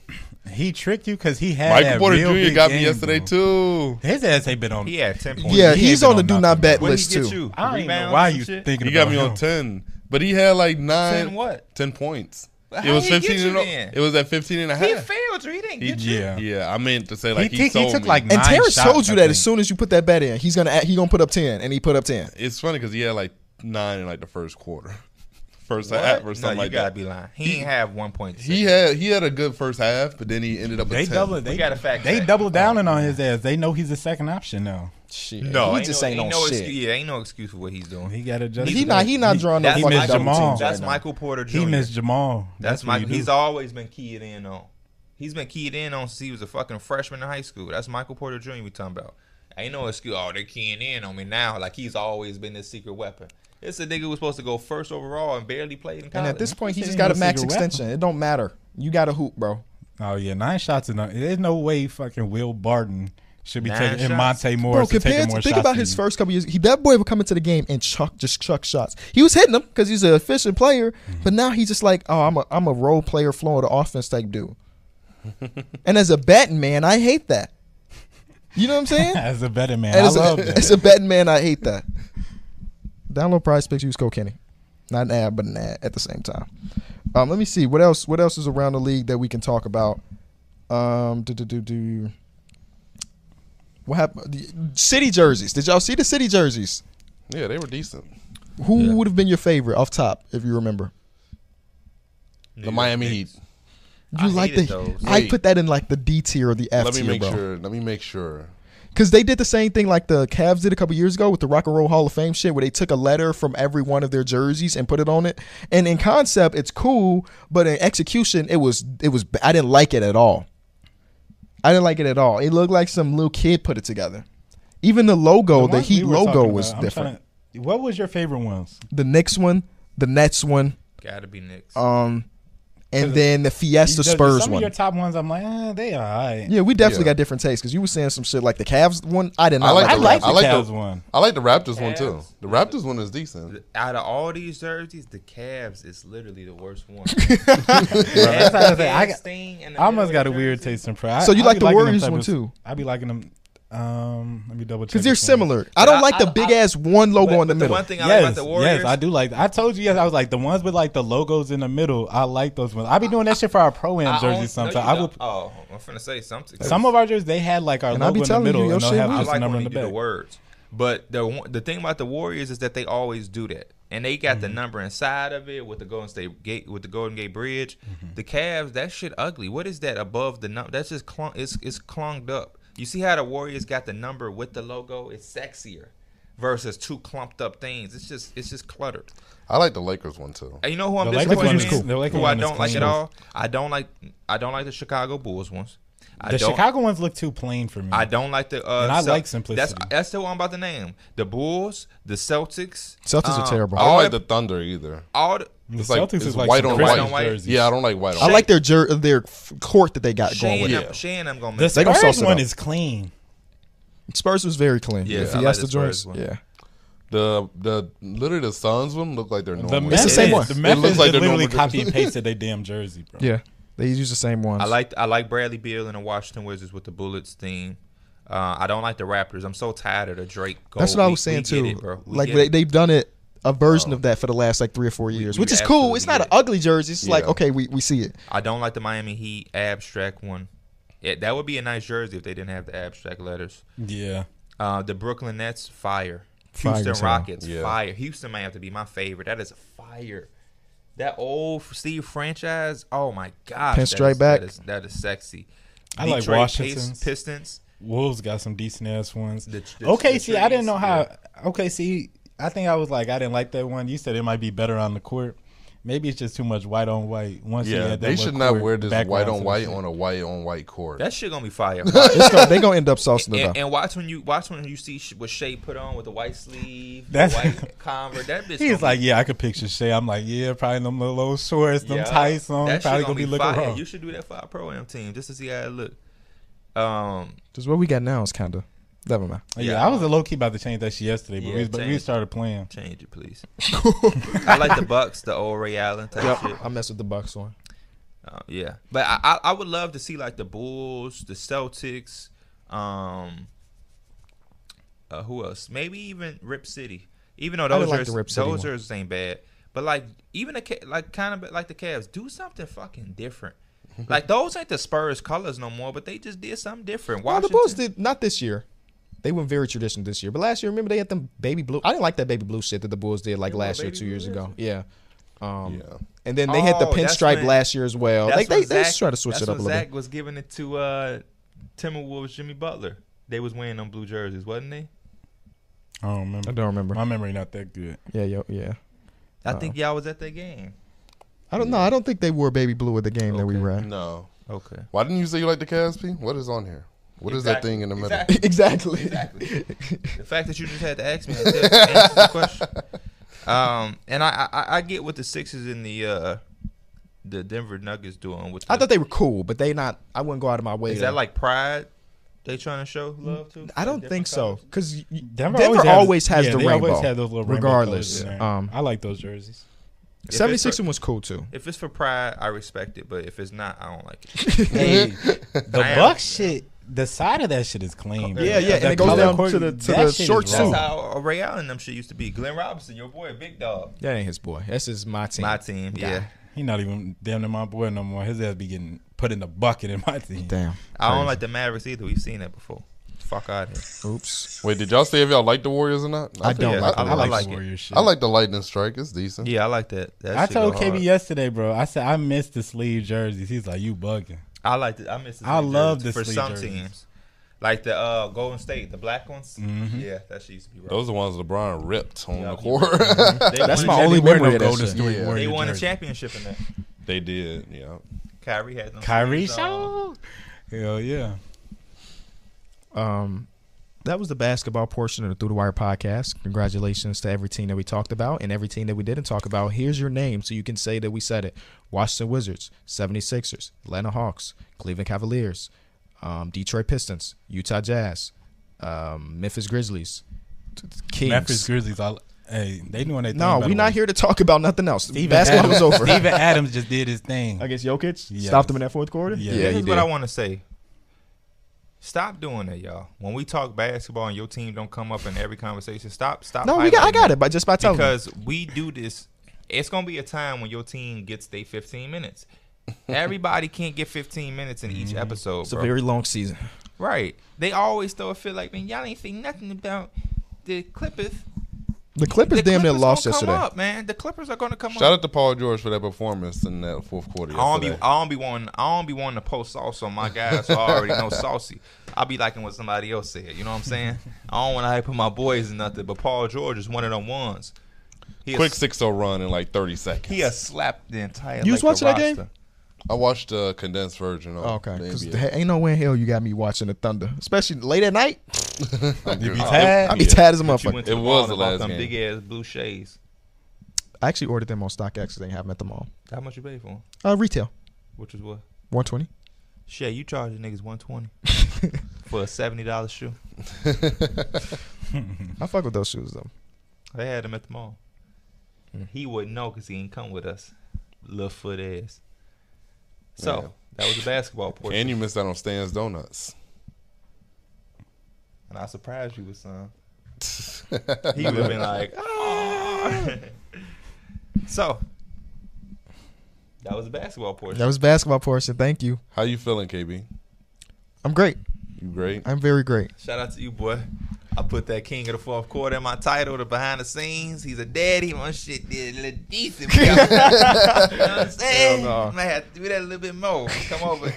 D: He tricked you because he had.
C: Michael
D: that
C: Porter
D: real
C: Jr.
D: big
C: got me
D: game,
C: yesterday
D: bro.
C: too.
D: His ass ain't been on.
B: He had ten points.
A: Yeah,
D: He ain't
A: he's
D: been
A: on the
D: on
A: do not
D: nothing.
A: bet
B: What did
A: list
B: he get
A: too.
B: you?
D: I don't even know
B: Rebounds
D: why
B: and
D: you
B: shit?
D: thinking
C: He got
D: about
C: me on
D: him.
C: ten, but he had like nine,
B: 10 what?
C: ten points.
B: But
C: It
B: how
C: was
B: did he get
C: fifteen.
B: you
C: And o-
B: then?
C: it was at fifteen and a
B: He
C: half.
B: failed you. He didn't get you.
D: Yeah.
C: Yeah, I meant to say like
D: he,
C: he,
D: took- he
C: sold
D: took
C: me.
D: like
A: And
D: nine
A: Terrence
D: shots,
A: told you
D: I
A: that
D: think.
A: as soon as you put that bet in, he's gonna add- he gonna put up ten, and he put up ten.
C: it's funny because he had like nine in like the first quarter, first
B: What?
C: half or
B: no,
C: something
B: you
C: like
B: gotta
C: that.
B: be lying. He, ain't have one point.
C: He had he had a good first half, but then he ended up.
D: They
C: with 10.
D: doubled. They
B: gotta fact
D: They
B: check.
D: doubled down on his ass. They know he's the second option now.
A: Shit.
C: No,
A: he just ain't,
B: no,
A: on shit.
B: Excuse, yeah, ain't no excuse for what he's doing.
D: He got adjusted.
A: He not- he not drawing no
B: That's
D: He
A: fucking
D: missed
A: double
D: Jamal.
A: teams right
B: That's
A: now.
B: Michael Porter Jr.
D: He missed Jamal.
B: That's,
D: what you
B: Michael.
D: do.
B: He's always been keyed in on. He's been keyed in on since he was a fucking freshman in high school. That's Michael Porter Jr. We talking about. Ain't no excuse. Oh, they're keying in on me now. Like he's always been this secret weapon. It's a nigga who was supposed to go first overall and barely played in college.
A: And at this point, he
D: He
A: just
D: ain't
A: got a
D: no
A: max
D: secret weapon.
A: extension. It don't matter. You got a hoop, bro.
D: Oh yeah, nine shots is not. There's no way fucking Will Barton should be
B: Nine
D: taking and
B: shots?
D: Monte
A: Bro,
D: Morris to
A: compared
D: taking
A: to,
D: more
A: think
D: shots.
A: about
D: than
A: his
D: you.
A: first couple years. He, that boy would come into the game and chuck just chuck shots. He was hitting them because he's an efficient player,
D: Mm-hmm.
A: but now he's just like, oh, I'm a I'm a role player, flow of the offense type dude. and as a betting man, I hate that. You know what I'm saying?
D: As a better man,
A: and
D: I
A: as,
D: love
A: a,
D: that.
A: as a betting man, I hate that. Download Prize Picks. Use code Kenny. Not an ad, but an ad at the same time. Um, let me see what else. What else is around the league that we can talk about? Um, do do do do. What happened? the- City jerseys. Did y'all see the city jerseys?
C: Yeah, they were decent.
A: Who
B: Yeah.
A: would have been your favorite off top if you remember?
C: The Miami Heat.
A: You
B: I
A: like the?
B: hated those.
A: I
C: Wait.
A: put that in like the D tier or the F
C: Let me
A: tier,
C: make
A: bro.
C: sure. Let me make sure.
A: Because they did the same thing like the Cavs did a couple years ago with the Rock and Roll Hall of Fame shit, where they took a letter from every one of their jerseys and put it on it. And in concept, it's cool, but in execution, it was it was I didn't like it at all. I didn't like it at all. It looked like some little kid put it together. Even the logo, the,
D: ones we
A: Heat
D: were
A: logo
D: talking
A: was
D: about, I'm
A: different.
D: tryna- what was your favorite ones?
A: The Knicks one, the Nets one,
B: Gotta be Knicks.
D: Uh,
A: um, and
D: Cause
A: then the Fiesta
D: Because
A: Spurs
D: Some of
A: one.
D: your top ones, I'm like, eh, they are. All right.
A: yeah, we definitely
C: Yeah.
A: got different tastes because you were saying some shit like the Cavs one. I did not
C: I like
A: like.
C: the
D: I
A: it.
D: like
C: I like
D: the Cavs
C: the-
D: one.
C: I like the Raptors one too.
B: Cavs.
C: The Raptors one is decent.
B: Out of all these jerseys, the Cavs is literally the worst one.
D: That's how I say, I got-
B: Sting and the
D: I almost
B: Miller
D: got a
B: jersey.
D: weird taste in pride.
A: So you
D: I
A: like
D: be
A: the
D: liking them
A: Warriors
D: type
A: one,
D: of-
A: too?
D: I be liking them. Um, let me double check.
A: because they're
D: this one.
A: similar. I don't
B: I-
A: like the
B: I-
A: big ass one logo
B: But-
A: in the
B: but
A: middle.
B: one thing I like
D: Yes,
B: about the Warriors,
D: yes, I do like. I told you, yes, I was like the ones with like the logos in the middle. I like those ones. I be doing that shit for our pro am
B: I own- no, you
D: jerseys sometimes. I would.
B: don't. Oh, I'm finna say something.
D: Some of our jerseys they had like our
A: And I
D: logo
A: be
D: in the
A: telling you,
D: middle,
A: your
D: and they'll
A: shit
D: have
A: weak.
B: I
D: our
B: like
D: number
B: when
D: in
B: you
D: the
B: do the
D: back.
B: words, but the one- the thing about the Warriors is that they always do that, and they got
D: Mm-hmm.
B: the number inside of it with the Golden State Gate with the Golden Gate Bridge.
D: Mm-hmm.
B: The Cavs, that shit ugly. What is that above the number? That's just clung. It's it's clunged up. You see how the Warriors got the number with the logo? It's sexier versus two clumped up things. It's just it's just cluttered.
C: I like the Lakers one too.
B: And you know who I'm
D: The Lakers
A: one
B: disappointed
A: is
B: in?
A: cool.
D: The Lakers
B: Who I
D: one is
B: don't like
D: clean.
B: at all. I don't like I don't like the Chicago Bulls ones. I
D: The
B: don't,
D: Chicago ones look too plain for me.
B: I don't like the. Uh,
D: Mm. And I
B: Cel-
D: like simplicity.
B: That's that's the one I'm about to name. The Bulls, the Celtics.
A: Celtics are
B: um,
A: terrible.
C: I don't
B: All,
C: like the Thunder either.
B: all the,
D: the
C: It's like-
D: Celtics
C: it's
D: is like
C: white
D: some
C: on
D: Christmas
B: white.
D: jerseys.
C: Yeah, I don't like white.
A: I
C: on
A: like their jer- their f- court that they got
B: Shane,
A: going.
B: I'm,
A: with.
C: Yeah.
B: Shane, I'm gonna
D: The
B: make.
A: They gonna
D: Spurs
A: sauce it
D: one
A: up.
D: is clean.
A: Spurs was very clean.
B: Yeah,
A: Yeah,
B: I like
A: Fiesta
B: the Spurs
A: joints.
B: one.
A: Yeah,
C: the the literally the Suns one look like they're normal.
D: The
A: It's
D: Memphis,
A: the same one.
D: The
A: It
D: Memphis
C: looks like
D: just
C: they're
D: literally
C: normal
D: copy and
C: jerseys.
D: pasted their damn jersey, bro.
A: yeah. They use the same ones.
B: I like I like Bradley Beal and the Washington Wizards with the Bullets theme. Uh, I don't like the Raptors. I'm so tired of the Drake. Goal.
A: That's what I
B: We-
A: was saying
B: we
A: too.
B: get it, bro. We
A: like
B: get
A: they,
B: it.
A: they've done it a version of that for the last like three or four years,
B: we
A: which is cool.
B: absolutely
A: It's not
B: get
A: an ugly jersey. It's just like
C: Yeah.
A: okay, we, we see it.
B: I don't like the Miami Heat abstract one. Yeah, that would be a nice jersey if they didn't have the abstract letters.
D: Yeah.
B: Uh, the Brooklyn Nets, fire.
A: Fire
B: Houston
A: as hell.
B: Rockets,
C: Yeah.
B: fire. Houston may have to be my favorite. That is fire. That old Steve franchise, oh my gosh. that
A: Pinstripe
B: is-
A: back.
B: That is, that is sexy.
D: I like
B: Detroit
D: Washington's.
B: Pace- Pistons.
D: Wolves got some decent ass ones.
B: The- the-
D: okay,
B: the
D: see, I
B: trees,
D: didn't know how. Okay, see, I think I was like, I didn't like that one. You said it might be better on the court. Maybe it's just too much white on white. Once you
C: yeah,
D: add that
C: they
D: one
C: should not
D: court
C: wear this
D: background
C: white
D: to
C: on white on
D: the shit.
C: a white on white court.
B: That shit gonna be fire.
A: It's gonna, they gonna end up saucing it
B: and,
A: up.
B: and watch when you watch when you see sh- what Shea put on with the white sleeve, the
D: That's-
B: white convert. That bitch.
D: He's
B: gonna
D: like,
B: be-
D: yeah, I could picture Shea. I'm like, yeah, probably them little old shorts, them
B: Yeah.
D: tights on.
B: That shit
D: "Oh, Probably gonna be looking
B: fire.
D: wrong.
B: You should do that for our pro am team just to see how it look. Um,
A: Because what we got now is kind of never mind.
D: yeah,
B: Yeah.
D: I was a low key about to change that shit yesterday, but
B: Yeah,
D: we but we
B: change.
D: started playing.
B: change it, please. I like the Bucks, the old Ray Allen type shit.
A: I mess with the Bucks one.
B: Uh, yeah, but I, I I would love to see like the Bulls, the Celtics, um, uh, who else? Maybe even Rip City. Even though
A: I
B: those
A: would like
B: jerseys,
A: the Rip City
B: those
A: one.
B: jerseys ain't bad, but like even the Ca- like kind of like the Cavs, do something fucking different. like those ain't the Spurs colors no more, but they just did something different.
A: Well, the
B: Washington,
A: Bulls did not this year. They went very traditional this year, but last year, remember they had them baby blue. I didn't like that baby blue shit that the Bulls did like
B: Yeah,
A: last year,
B: baby
A: two
B: blue
A: years
B: is-
A: ago. Yeah. Um,
C: yeah,
A: And then they had the
B: Oh, that's
A: pinstripe
B: when-
A: last year as well.
B: That's
A: Like they,
B: when
A: they just
B: Zach-
A: try to switch
B: that's
A: it up a
B: when
A: little
B: Zach
A: bit.
B: was giving it to uh, Timberwolves Jimmy Butler. They was wearing them blue jerseys, wasn't they?
D: I don't remember.
A: I don't remember.
D: My memory not that good.
A: Yeah, yo, yeah.
B: I
A: Uh-oh.
B: think y'all was at that game.
A: I don't know. I don't think they wore baby blue at the game that we
B: Okay.
A: were at.
C: no.
B: Okay.
C: Why didn't you say you like the Caspi? What is on here? What is
B: Exactly.
C: that thing in the middle?
B: Exactly.
A: exactly.
B: Mm. Exactly. the fact that you just had to ask me I said, answer the question. Um, and I, I I get what the Sixers and the uh, the Denver Nuggets doing with. The,
A: I thought they were cool, but they not. I wouldn't go out of my way.
B: is
A: to-
B: that like pride? They trying to show love to?
A: I don't think so because Denver, always, has
D: yeah,
A: the
D: they
A: rainbow.
D: Always have those little rainbow
A: regardless,
D: colors in there.
A: um,
D: I like those jerseys.
B: If it's for-
A: 76 was cool too.
B: If it's for pride, I respect it, but if it's not, I don't like it.
D: Hey, the
B: Damn.
D: Buck shit. The side of that shit is clean. bro.
A: Yeah, yeah, and
D: That
A: it goes
D: color
A: down
D: court-
A: to the to
D: that
A: the
D: shit is
A: short
D: wrong.
A: suit.
B: That's how uh, Ray Allen and them shit used to be. Glenn Robinson, your boy, big dog.
A: That ain't his boy. That's his my team.
B: My team, yeah.
A: Yeah.
D: He not even damn near my boy no more. His ass be getting put in the bucket in my team.
A: Damn.
B: I don't like the Mavericks either. We've seen that before. Fuck out of here.
A: Oops.
C: Wait, did y'all say if y'all like the Warriors or not?
A: I
C: think-
A: don't
B: yeah,
A: like.
B: I-
A: the
B: I
A: Warriors.
B: like it.
D: Warrior shit.
C: I like the Lightning Strike. It's decent.
B: Yeah, I like that. that
D: I
B: shit go
D: told
B: hard.
D: KB yesterday, bro. I said I missed the sleeve jerseys. He's like, you bugging.
B: I like the I miss. The
D: I
B: sleeve
D: love
B: jerseys
D: the
B: for
D: sleeve
B: some
D: jerseys.
B: teams, like the uh, Golden State, the black ones. Yeah, that shit used to be rough.
C: Those are the ones LeBron ripped on
B: Yeah.
C: the court.
B: They
A: That's
B: won
A: my
B: a
D: They
A: only
D: wear
A: memory
D: no
A: of that
D: Golden
A: shit.
D: State
C: Yeah.
B: cha-
D: Warrior
B: They won a
D: jersey.
B: championship in that.
C: they did. Yeah.
B: Kyrie had them. uh,
D: Kyrie
B: sleeves on.
D: show. Hell yeah.
A: Um, that was the basketball portion of the Through the Wire podcast. Congratulations to every team that we talked about and every team that we didn't talk about. Here's your name so you can say that we said it Washington Wizards, 76ers, Atlanta Hawks, Cleveland Cavaliers, um, Detroit Pistons, Utah Jazz, um, Memphis Grizzlies, t- t- Kings.
D: Memphis Grizzlies. I, hey, they doing their thing.
A: no,
D: by
A: we're
D: the
A: not
D: way.
A: here to talk about nothing else.
D: Steven
A: Basketball was
D: Adams,
A: over.
D: Steven Adams just did his thing.
A: Against Jokic,
D: Yes.
A: stopped them in that fourth quarter.
D: Yeah.
B: This
A: he
B: is what I
A: did.
B: want to say. Stop doing that, y'all. When we talk basketball and your team don't come up in every conversation, stop. Stop.
A: No, we got, I
B: highlighting
A: got it, but just by telling them.
B: because we do this. It's gonna be a time when your team gets their 15 minutes. Everybody can't get 15 minutes in each episode,
A: It's a
B: bro.
A: very long season.
B: right? They always throw a fit like, man, y'all ain't say nothing about the Clippers.
A: The Clippers
B: The
A: damn near
B: Clippers
A: lost
B: gonna
A: yesterday.
B: Come up, man. The Clippers are gonna come
C: Shout
B: up.
C: out to Paul George for that performance in that fourth quarter.
B: I don't be,
C: yesterday.
B: I don't be wanting, I don't be wanting to post sauce on my guys. So I already know saucy. I'll be liking what somebody else said. You know what I'm saying? I don't want to hype up my boys and nothing, but Paul George is one of them ones. He
C: Quick
B: Has,
C: 6 0 run in like 30 seconds.
B: he has slapped the entire.
A: You was
B: Laker
A: watching that game?
B: roster.
C: I watched the condensed version. Of
A: Oh, okay,
C: the
A: because
C: NBA.
A: ain't no way in hell you got me watching the Thunder, especially late at night.
D: You be
C: Oh,
D: tired.
A: I be
C: Yeah.
A: tired as a
B: She
A: motherfucker.
B: went to
C: It
B: the mall
C: was the
B: and bought
C: last
B: them
C: game.
B: Big ass blue shades.
A: I actually ordered them on StockX because they have them at the mall.
B: How much you pay for 'em?
A: Uh, retail,
B: Which is what?
A: one twenty.
B: Shit, you charge the niggas one twenty for a seventy dollar shoe.
A: I fuck with those shoes though.
B: They had him at the mall. He wouldn't know because he didn't come with us. Little foot ass. So that was the basketball portion.
C: and you missed out on Stan's Donuts.
B: And I surprised you with some. he would have been like, "Ah." so that was the basketball portion.
A: That was basketball portion. Thank you.
C: How you feeling, KB?
A: I'm great.
C: You great?
A: I'm very great.
B: Shout out to you, boy. I put that king of the fourth quarter in my title, the behind the scenes. He's a daddy. My shit did a little decent. you know what I'm saying?
A: Hell no.
B: Might have to do that a little bit more. Come over.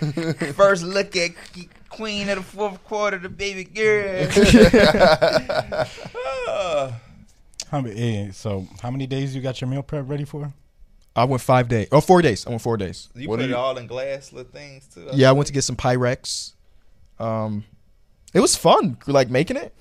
B: First look at K- queen of the fourth quarter, the baby girl. Ah.
D: How many- eh, so, how many days you got your meal prep ready for?
A: I went five days. Oh, four days. I went four days.
B: you
C: What
B: put
C: do
B: it
C: you-
B: all in glass little things too.
A: Yeah, I went to get some Pyrex. Um, it was fun, like making it.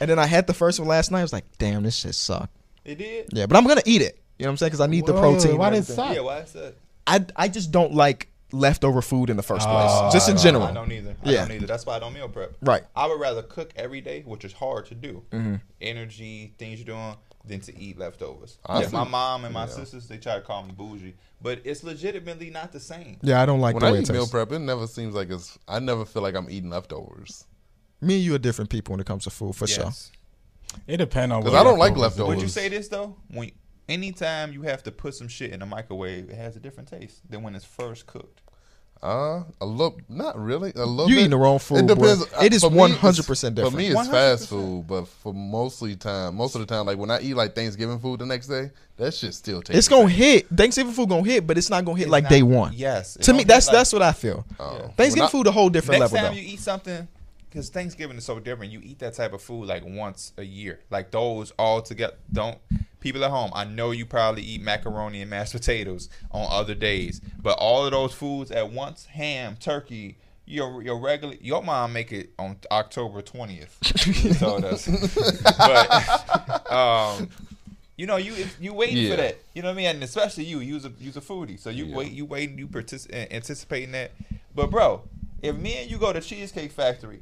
A: And then I had the first one last night. I was like, damn, this shit sucked.
B: It did.
A: Yeah, but I'm gonna eat it. You know what I'm saying? Because I need the
D: Wait, wait, wait,
A: protein. and
D: Why did it
A: everything.
D: suck?
B: Yeah, why is that?
A: I I just don't like leftover food in the first
D: Oh,
A: place. Just in
D: I-
A: general.
B: Uh, I don't either. I
A: Yeah.
B: don't either. That's why I don't meal prep.
A: Right. Mm-hmm.
B: I would rather cook every day, which is hard to do. Energy things you're doing than to eat leftovers.
C: Honestly,
B: Yeah, my mom and my
C: yeah.
B: sisters they try to call me bougie, but it's legitimately not the same.
A: Yeah, I don't like
C: When
A: the
C: I
A: way it
C: eat meal
A: tastes.
C: prep, it never seems like it's. I never feel like I'm eating leftovers.
A: Me and you are different people when it comes to food, for sure.
B: Yes.
D: It depends on.
C: 'Cause
D: what
C: I don't like
D: leftovers
C: leftovers.
B: Would you say this though? When anytime you have to put some shit in the microwave, it has a different taste than when it's first cooked.
C: Uh, a little, not really. A little.
A: You
C: bit.
A: eating the wrong food,
C: It
A: boy.
C: depends.
A: It is
C: For me,
A: 100%
C: For me, it's fast food, but for mostly time, most of the time, like when I eat like Thanksgiving food the next day, that shit still tastes.
A: It's gonna hit. Thanksgiving food gonna hit, but it's not gonna hit
B: It's
A: like
B: not-
A: day one.
B: Yes. It
A: To
B: don't
A: me,
B: hit
A: that's
B: like-
A: that's what I feel.
C: Oh.
A: Thanksgiving
C: When I-
A: food a whole different
B: Next
A: level
B: time
A: though.
B: you eat something, because Thanksgiving is so different, you eat that type of food like once a year. Like those all together. Don't people at home. I know you probably eat macaroni and mashed potatoes on other days, but all of those foods at once: ham, turkey. Your your regular your mom make it on October twentieth. so does, but um, you know you if you waiting
C: Yeah.
B: for that. You know what I mean, and especially you, you's a you's a foodie, so you
C: Yeah.
B: wait, you waiting, you partic- anticipating that. But bro, if me and you go to Cheesecake Factory,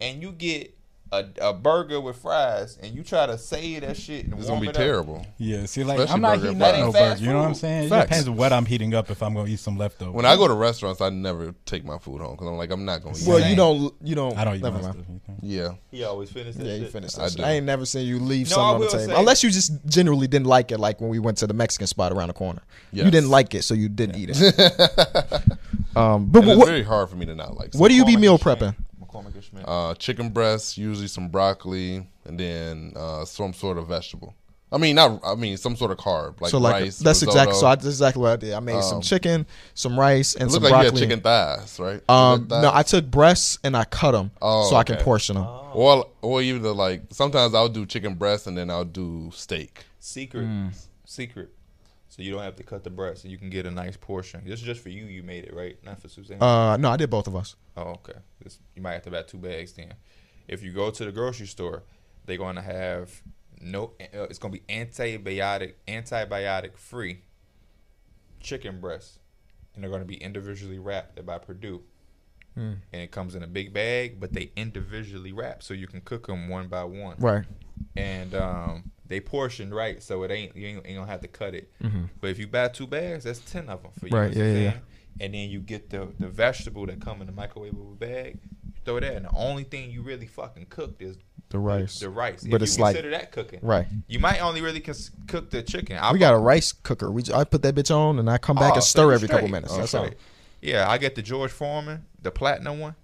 B: and you get a, a burger with fries, and you try to say that shit, and
C: It's
B: warm
C: gonna be
B: it up-
C: terrible.
D: Yeah, see, like
C: Especially
D: I'm not
C: burger and
D: heating up
C: fries.
D: no
B: That ain't
D: burger. You know what I'm
B: fast
D: saying?
A: Facts.
D: It depends what I'm heating up if I'm gonna eat some leftovers.
C: When I go to restaurants, I never take my food home because I'm like, I'm not gonna eat.
A: well,
C: it.
A: you don't. You don't.
D: I don't eat
A: Never
D: my stuff.
A: mind.
C: yeah,
B: He always finished that
A: Yeah, you
B: shit.
A: finished.
C: I
A: That shit.
C: do.
A: I ain't never seen you leave
B: No, I
A: something on
B: will
A: the table,
B: say-
A: unless you just generally didn't like it, like when we went to the Mexican spot around the corner. You
C: Yes.
A: didn't like it, so you didn't eat it. um, but
C: and it's
A: what,
C: very hard for me to not like.
A: what do you be
B: McCormick
A: meal
B: and Schmidt.
A: prepping?
B: McCormick and Schmidt.
C: Uh, chicken breasts, usually some broccoli, and then uh, some sort of vegetable. I mean, not. I mean, some sort of carb like
A: so like
C: rice.
A: that's exactly
C: risotto.
A: so I, that's exactly what I did. I made some
C: Um,
A: chicken, some rice, and
C: It
A: some
C: looked like you had
A: broccoli.
C: chicken thighs, right?
A: um,
C: Chicken
A: no, I
C: thighs?
A: took breasts and I cut them
C: Oh,
A: so I can
C: okay.
A: portion them.
C: Or or even the like sometimes I'll do chicken breast and then I'll do steak.
B: secret,
C: mm.
B: secret. So you don't have to cut the breast, and you can get a nice portion. This is just for you. You made it right, not for Suzanne.
A: Uh, no, I did both of us.
B: Oh, okay. This, you might have to buy two bags then. If you go to the grocery store, they're going to have no. Uh, it's going to be antibiotic, antibiotic free chicken breasts, and they're going to be individually wrapped by Purdue. And it comes in a big bag, but they individually wrap, so you can cook them one by one.
A: Right.
B: And um, they portioned right, so it ain't you ain't, ain't gonna have to cut it. But if you buy two bags, that's ten of them for you.
A: Mm-hmm. Right,
B: you know what
A: yeah,
B: I'm
A: yeah.
B: saying? And then you get the the vegetable that come in the microwavable bag, you throw that, and the only thing you really fucking cooked is
A: The rice.
B: The rice.
A: But
B: if
A: it's
B: you
A: like-
B: consider that cooking.
A: Right.
B: You might only really cons- cook the chicken. I
A: We got a rice cooker. We j- I put that bitch on and I come back
B: Oh,
A: and
B: so
A: stir
B: you
A: every couple
B: straight.
A: minutes.
B: Oh,
A: That's all.
B: straight. Yeah, I get the George Foreman, the platinum one.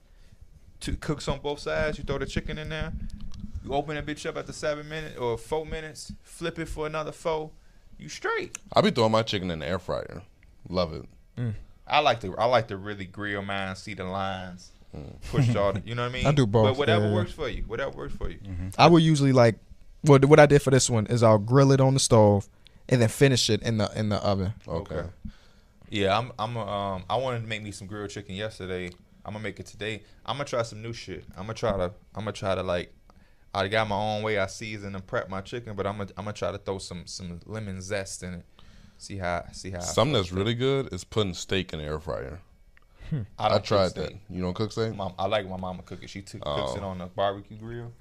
B: Two cooks on both sides. You throw the chicken in there. You open that bitch up after seven minutes or four minutes. Flip it for another four. You straight.
C: I be throwing my chicken in the air fryer. Love it.
B: I like to I like to really grill mine, see the lines, push all. The, you know what I mean?
A: Hmm. I do both,
B: But whatever
A: yeah, yeah.
B: works for you, whatever works for you.
A: I would usually like well th- what I did for this one is I'll grill it on the stove and then finish it in the in the oven.
C: Okay.
B: Okay. Yeah, I'm. I'm. a, Um, I wanted to make me some grilled chicken yesterday. I'm gonna make it today. I'm gonna try some new shit. I'm gonna try to. I'm gonna try to like. I got my own way. I season and prep my chicken, but I'm gonna. I'm gonna try to throw some some lemon zest in it. See how. See how.
C: Something that's really good is putting steak in the air fryer.
B: don't
C: I
B: cook
C: tried that.
B: steak.
C: You don't cook steak?
B: Mom, I like my mama cooking. She took, cooks
C: Oh.
B: it on the barbecue grill.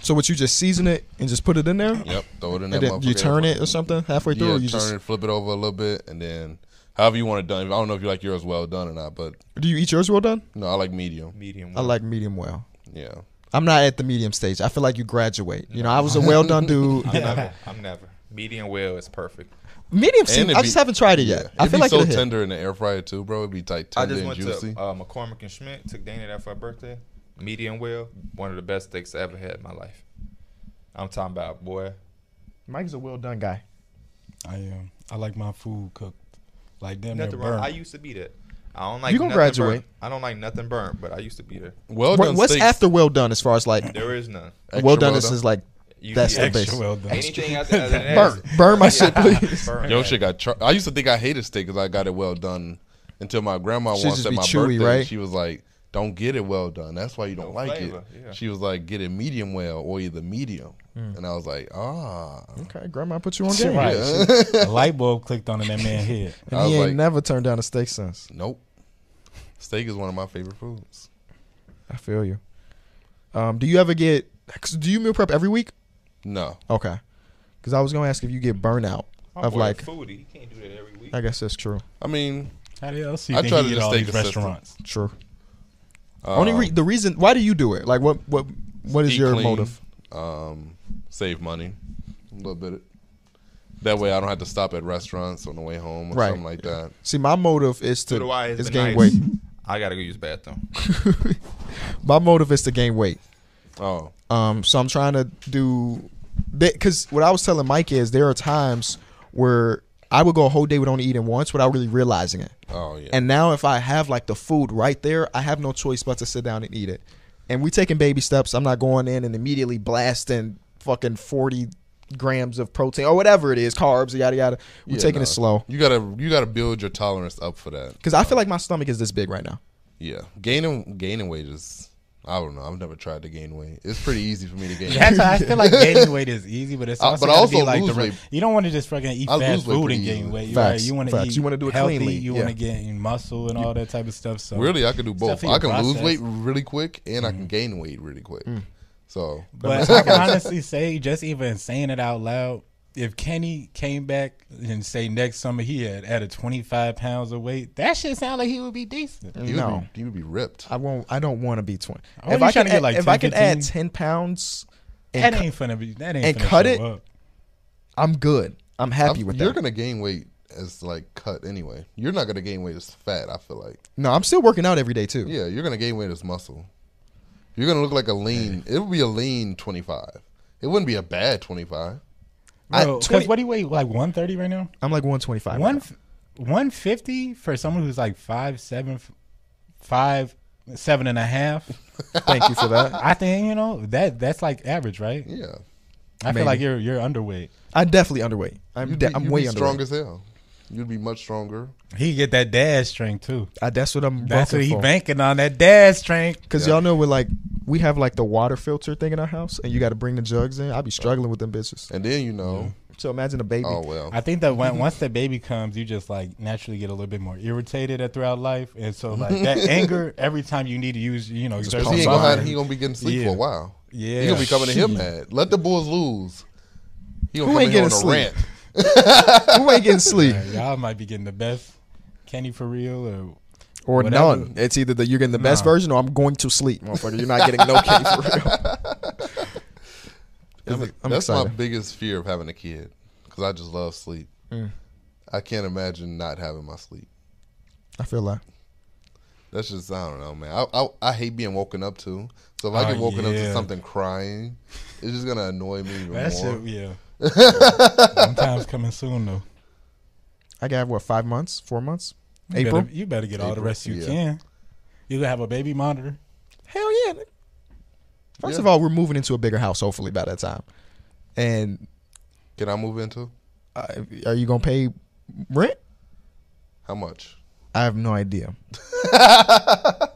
A: So what you just season it and just put it in there?
C: Yep. Throw it in that
A: And then you
C: motherfucker.
A: turn it or something halfway through
C: yeah,
A: or you
C: turn
A: just
C: it, flip it over a little bit, and then however you want it done. I don't know if you like yours well done or not, but
A: do you eat yours well done?
C: no, I like medium.
B: Medium.
A: I
B: well.
A: like medium well.
C: Yeah.
A: I'm not at the medium stage. I feel like you graduate. You know, I was a well done dude.
B: I'm never. I'm never. Medium well is perfect.
A: Medium seems,
C: And it
A: I
C: be-
A: just haven't tried it yet.
C: Yeah.
A: I
C: It'd
A: feel
C: be
A: like
C: so
A: it'll hit.
C: tender in the air fryer too, bro. It'd be like
B: I
C: tender
B: just
C: and
B: went
C: juicy.
B: to uh, McCormick and Schmidt. Took Dana there for her birthday. Medium well, one of the best steaks I ever had in my life. I'm talking about boy.
A: Mike's a well done guy.
D: I am. I like my food cooked. Like damn near
B: Nothing wrong. I
D: burnt.
B: used to be that. I don't like.
A: You gonna
B: nothing burnt.
A: graduate.
B: I don't like nothing burnt, but I used to be there.
C: well
A: What-
C: done
A: what's
C: steaks.
A: after well done as far as like
B: There is none.
C: Extra
A: well done
C: well
A: is,
C: done.
A: is like
B: You
A: That's
B: can-
A: the best.
D: well done.
B: Anything else other than
A: burn
B: that,
A: burn my shit please.
B: burn.
C: Yo, shit got. Char- I used to think I hated steak because I got it well done until my grandma
A: Should
C: once
A: just
C: at
A: be
C: my
A: chewy,
C: birthday.
A: right?
C: She was like, "Don't get it well done. That's why you don't
B: No
C: like
B: flavor,
C: it."
B: yeah.
C: She was like, "Get it medium well or either medium,"
A: Hmm.
C: and I was like, "Ah."
A: Okay, grandma put you on game.
D: Right.
A: Yeah.
D: a light bulb clicked on in that man's head.
A: And
C: I
A: he
C: was
A: ain't
C: like-
A: never turned down a steak since.
C: Nope. Steak is one of my favorite foods.
A: I feel you. Um, do you ever get? 'cause Do you meal prep every week?
C: No.
A: Okay, because I was gonna ask if you get burnout
B: My
A: of
B: boy
A: like.
B: foodie. You can't do that every week.
A: I guess that's true.
C: I mean,
D: How the hell you
C: I
D: think
C: try
D: he
C: to
D: eat
C: just
D: all
C: stay
D: these
C: consistent.
D: restaurants?
A: True.
C: uh,
A: Only re- the reason why do you do it? Like what what what is
C: eat
A: your
C: clean,
A: motive?
C: Um, save money a little bit. That way, I don't have to stop at restaurants on the way home or
A: Right.
C: something like that.
A: See, my motive is
B: So
A: to
B: do I. It's
A: is
B: been
A: gain
B: nice.
A: weight.
B: I gotta go use the bathroom.
A: my motive is to gain weight.
C: Oh,
A: Um, so I'm trying to do because what I was telling Mike is there are times where I would go a whole day with only eating once without really realizing it.
C: oh yeah.
A: And now if I have like the food right there, I have no choice but to sit down and eat it. And we taking baby steps. I'm not going in and immediately blasting fucking 40 grams of protein or whatever it is, carbs, yada yada. We're
C: Yeah,
A: taking
C: no.
A: it slow.
C: You gotta you gotta build your tolerance up for that.
A: Cause I feel like my stomach is this big right now.
C: Yeah, gaining gaining weight is I don't know. I've never tried to gain weight. It's pretty easy for me to gain. weight.
D: That's I feel like gaining weight is easy, but it's
C: Uh,
D: also,
C: but
D: gotta
C: also
D: be like the
C: lose
D: re-
C: weight.
D: you don't want to just fucking eat
C: I lose
D: fast
C: weight
D: food
C: pretty
D: and gain
C: easy.
D: weight. You're
A: Facts,
D: Right? You want to
A: facts.
D: eat
A: You wanna do it
D: healthy.
A: cleanly,
D: You
A: yeah.
D: want to gain muscle and all that type of stuff. So
C: Really, I can do both.
D: for
C: I
D: your
C: can lose
D: process.
C: weight really quick, and I
A: Mm.
C: can gain weight really quick. So
D: But I can honestly say, just even saying it out loud, if Kenny came back and say next summer he had added 25 pounds of weight, that shit sound like he would be decent.
C: you
A: Mm, no.
C: would be, you would be ripped.
A: I won't I don't want to be 20.
D: Oh,
A: if
D: you
A: I
D: trying
A: can
D: to get,
A: add,
D: like,
A: if
D: 10,
A: I can add
D: 15?
A: 10 pounds
D: That
A: and cu-
D: ain't finna be. That ain't
A: and
D: finna
A: cut
D: show
A: it?
D: Up.
A: I'm good. I'm happy
C: I'm-
A: with
C: you're
A: that.
C: gonna gain weight as like cut anyway. You're not gonna gain weight as fat. I feel like.
A: no, I'm still working out every day too.
C: Yeah, you're gonna gain weight as muscle. You're gonna look like a lean. It would be a lean 25. It wouldn't be a bad 25.
A: I-
D: Bro, 'cause
A: 20
D: what do you weigh? Like 130 right now?
A: I'm like 125.
D: One,
A: now.
D: f- 150 for someone who's like five, seven, f- five, seven and a half.
A: Thank you for that.
D: I think you know that that's like average, right?
C: Yeah,
D: I
A: Maybe.
D: feel like you're you're underweight.
A: I'm definitely underweight. I'm
C: You'd
A: de-
C: be-
A: I'm
C: you'd
A: way
C: be
A: underweight.
C: strong as hell. You'd be much stronger.
D: He get that dad strength too.
A: I, that's what I'm
D: That's what
A: working
D: he
A: for.
D: banking on that dad strength.
A: Cause
C: Yeah.
A: y'all know we're like we have like the water filter thing in our house, and you got to bring the jugs in. I be struggling with them bitches.
C: And then you know,
A: So imagine a baby.
C: oh well.
D: I think that when once the baby comes, you just like naturally get a little bit more irritated at- throughout life, and so like that anger every time you need to use, you know, exert
C: Cause
D: some
C: he ain't gonna, have,
D: body.
C: he gonna be getting sleep
D: Yeah.
C: for a while.
D: Yeah,
C: He gonna be coming to him
D: Shit.
C: mad. Let the Bulls lose. He gonna
A: Who
C: come
A: ain't
C: in here
A: getting
C: on a
A: sleep?
C: rant.
A: Who ain't getting sleep?
D: Yeah, y'all might be getting the best Kenny for real, or
A: or
D: Whatever.
A: none. It's either that you're getting the best
D: Nah.
A: version or I'm going to sleep, motherfucker. You're not getting no cake for real. I'm-
C: Is it-
A: I'm
C: that's my
A: excited.
C: biggest fear of having a kid because I just love sleep.
A: Mm.
C: I can't imagine not having my sleep.
A: I feel that.
C: That's just I don't know, man. I I, I hate being woken up to. So if I
D: Oh,
C: get woken up to
D: yeah.
C: something crying, it's just gonna annoy me even
D: That
C: more.
D: shit, yeah. Sometimes coming soon though.
A: I got what five months, four months,
D: You
A: April.
D: better, you better get all the
C: April,
D: rest you
C: yeah.
D: can. You gonna have a baby monitor.
A: Hell yeah. nigga. First
C: Yeah.
A: of all, we're moving into a bigger house hopefully by that time, and
C: Can I move into
A: uh, are you gonna pay rent?
C: how much?
A: I have no idea.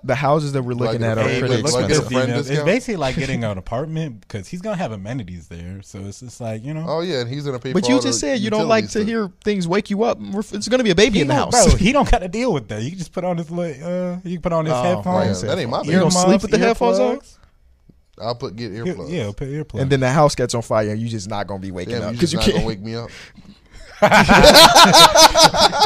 A: the houses that we're looking
C: Like
A: at
C: a
A: are
C: friend-
A: pretty
C: like a
A: expensive.
C: friend
D: Females. It's
C: discount?
D: basically like getting an apartment because he's gonna have amenities there. So it's just like you know.
C: Oh yeah, and he's gonna pay.
A: But
C: for
A: you
C: all
A: just
C: the
A: said you don't like
C: utilities
A: to hear things wake you up. We're- It's going to be a baby
D: He
A: in the
D: don't-
A: house.
D: Bro, he don't got to deal with that. You can just put on his little, uh, you can put on his
A: Oh,
C: Yeah,
D: headphones.
A: right.
C: that ain't my
A: You don't
C: baby.
A: sleep with the headphones on?
D: earplugs.
C: I'll put get earplugs.
D: Yeah, put earplugs.
A: and then the house gets on fire, and you're just not going to be waking
C: Damn,
A: up
C: you
A: because
C: just
A: you
C: not gonna
A: can't.
C: wake me up.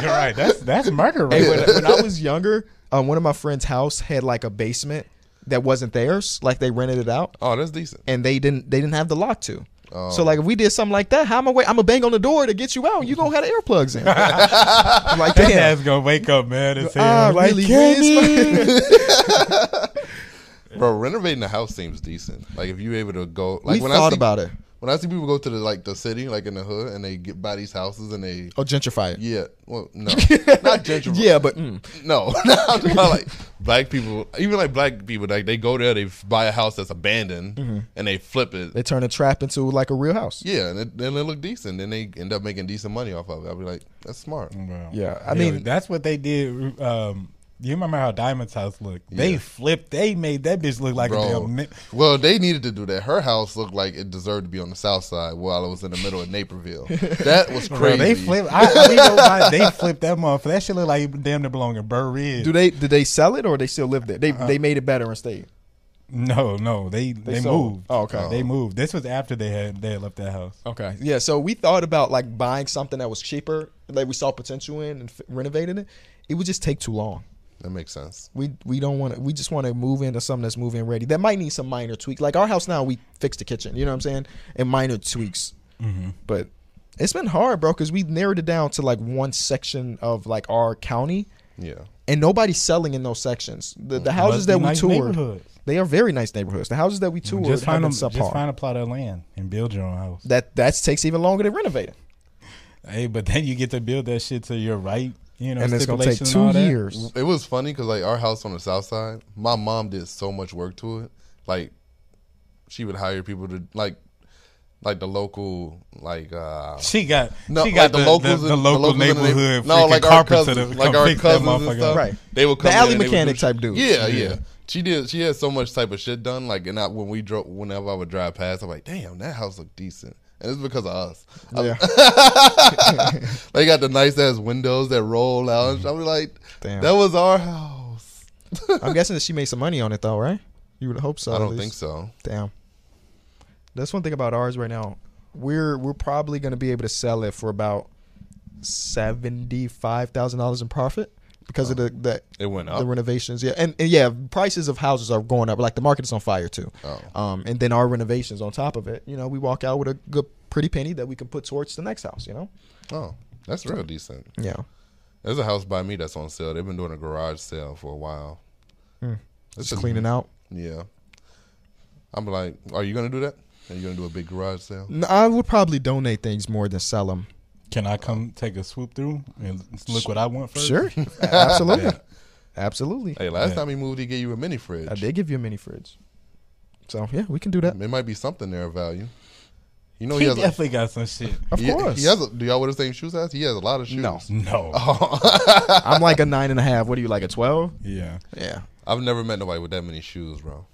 D: You're right. That's that's murder right
A: Hey, when,
D: there.
A: when I was younger, um, one of my friend's house had like a basement that wasn't theirs. Like they rented it out,
C: Oh, that's decent.
A: and they didn't they didn't have the lock to.
C: Oh.
A: So like if we did something like that, how am I? Wait, I'm gonna bang on the door to get you out. and You gonna have the earplugs in. I'm like
D: His
A: damn.
D: ass gonna wake up, man. And say,
A: I
D: like,
A: really
D: Kenny.
C: Bro, renovating a house seems decent. Like if you're able to go, like
A: we
C: when I
A: thought
C: see,
A: about it.
C: when I see people go to the like the city, like in the hood, and they get buy these houses and they
A: Oh, gentrify it.
C: yeah, well no, not gentrified.
A: Yeah, but mm,
C: No, no, I'm talking about like black people, even like black people, like they go there, they f- buy a house that's abandoned,
D: Mm-hmm.
C: and they flip it.
A: they turn a trap into like a real house.
C: yeah, and it, and it look decent. Then they end up making decent money off of it. I'll be like, that's smart.
D: Bro.
A: Yeah, I
D: Yo,
A: mean-
D: that's what they did. Um, you remember how Diamond's house looked? They
C: Yeah.
D: flipped. They made that bitch look like a
C: Bro,
D: damn. Ni-
C: well, they needed to do that. Her house looked like it deserved to be on the south side, while it was in the middle of Naperville. That was crazy.
D: Bro, they flipped. I, I mean, nobody- they flipped that motherfucker. That shit look like it damn near belong in Burr Ridge.
A: Do they did they sell it or they still live there? They they made it better and stayed.
D: No, no, they they,
A: sold.
D: moved.
A: Oh, okay.
D: they moved. This was after they had they had left that house.
A: Okay. Yeah. So we thought about like buying something that was cheaper that we saw potential in and f- renovating it. It would just take too long.
C: That makes sense.
A: We we don't want to. We just want to move into something that's move in ready. That might need some minor tweak. Like our house now, we fixed the kitchen. You know what I'm saying? And minor tweaks.
D: Mm-hmm.
A: But it's been hard, bro, because we narrowed it down to like one section of like our county,
C: Yeah.
A: and nobody's selling in those sections. The the
D: Must
A: houses
D: be
A: that we
D: nice
A: toured,
D: neighborhoods.
A: they are very nice neighborhoods. The houses that we toured
D: Just
A: have
D: find,
A: been
D: a,
A: subpar.
D: just find a plot of land and build your own house.
A: that that takes even longer to renovate it.
D: Hey, but then you get to build that shit to your right, you know,
A: and it's gonna take
D: stipulation and
A: two
D: all that.
A: years.
C: It was funny because like our house on the south side, my mom did so much work to it. Like she would hire people to like, like the local like uh
D: She got
C: no,
D: she
C: like
D: got
C: the, locals,
D: the,
C: in-
D: local
C: locals in the
D: neighborhood.
C: neighborhood-
D: freaking
C: no, like our
D: carpenter
C: cousins,
D: to
C: like
D: come
C: our
D: fix that
C: cousins and
D: motherfucker.
C: stuff.
A: Right.
C: They would
A: The
C: come in
A: alley
C: and they would do
A: mechanic
C: shit.
A: type dudes. Yeah.
C: Yeah, yeah, She did. She had so much type of shit done. Like, and I, when we drove, whenever I would drive past, I'm like, damn, that house looked decent. And it's because of us.
A: Yeah.
C: They got the nice ass windows that roll out. I was like,
A: Mm-hmm. Damn.
C: that was our house.
A: I'm guessing that she made some money on it though, right? You would hope so.
C: I
A: at
C: don't
A: least.
C: think so.
A: Damn. That's one thing about ours right now. We're we're probably gonna be able to sell it for about seventy five thousand dollars in profit because of the the,
C: It went up.
A: the renovations. Yeah, and, and yeah, prices of houses are going up. Like the market is on fire too.
C: Oh.
A: Um, and then our renovations on top of it. You know, we walk out with a good, pretty penny that we can put towards the next house. You know.
C: Oh, that's real decent.
A: Yeah.
C: There's a house by me that's on sale. They've been doing a garage sale for a while. It's
A: Just cleaning out.
C: Yeah. I'm like, are you gonna do that? Are you gonna do a big garage sale?
A: N- I would probably donate things more than sell them.
D: Can I come take a swoop through and look what I want first?
A: Sure, A- absolutely, absolutely.
C: Hey, last
D: Yeah.
C: time he moved, he gave you a mini fridge.
A: I did give you a mini fridge, so yeah, we can do that.
C: There might be something there of value. You know,
D: he
C: he, has.
D: definitely got some shit.
A: Of
C: a, he,
A: course,
C: he has. A, do y'all wear the same shoe size? He has a lot of shoes.
A: No. Oh.
D: No.
A: I'm like a nine and a half. What are you like a twelve?
D: Yeah.
A: Yeah,
C: I've never met nobody with that many shoes, bro.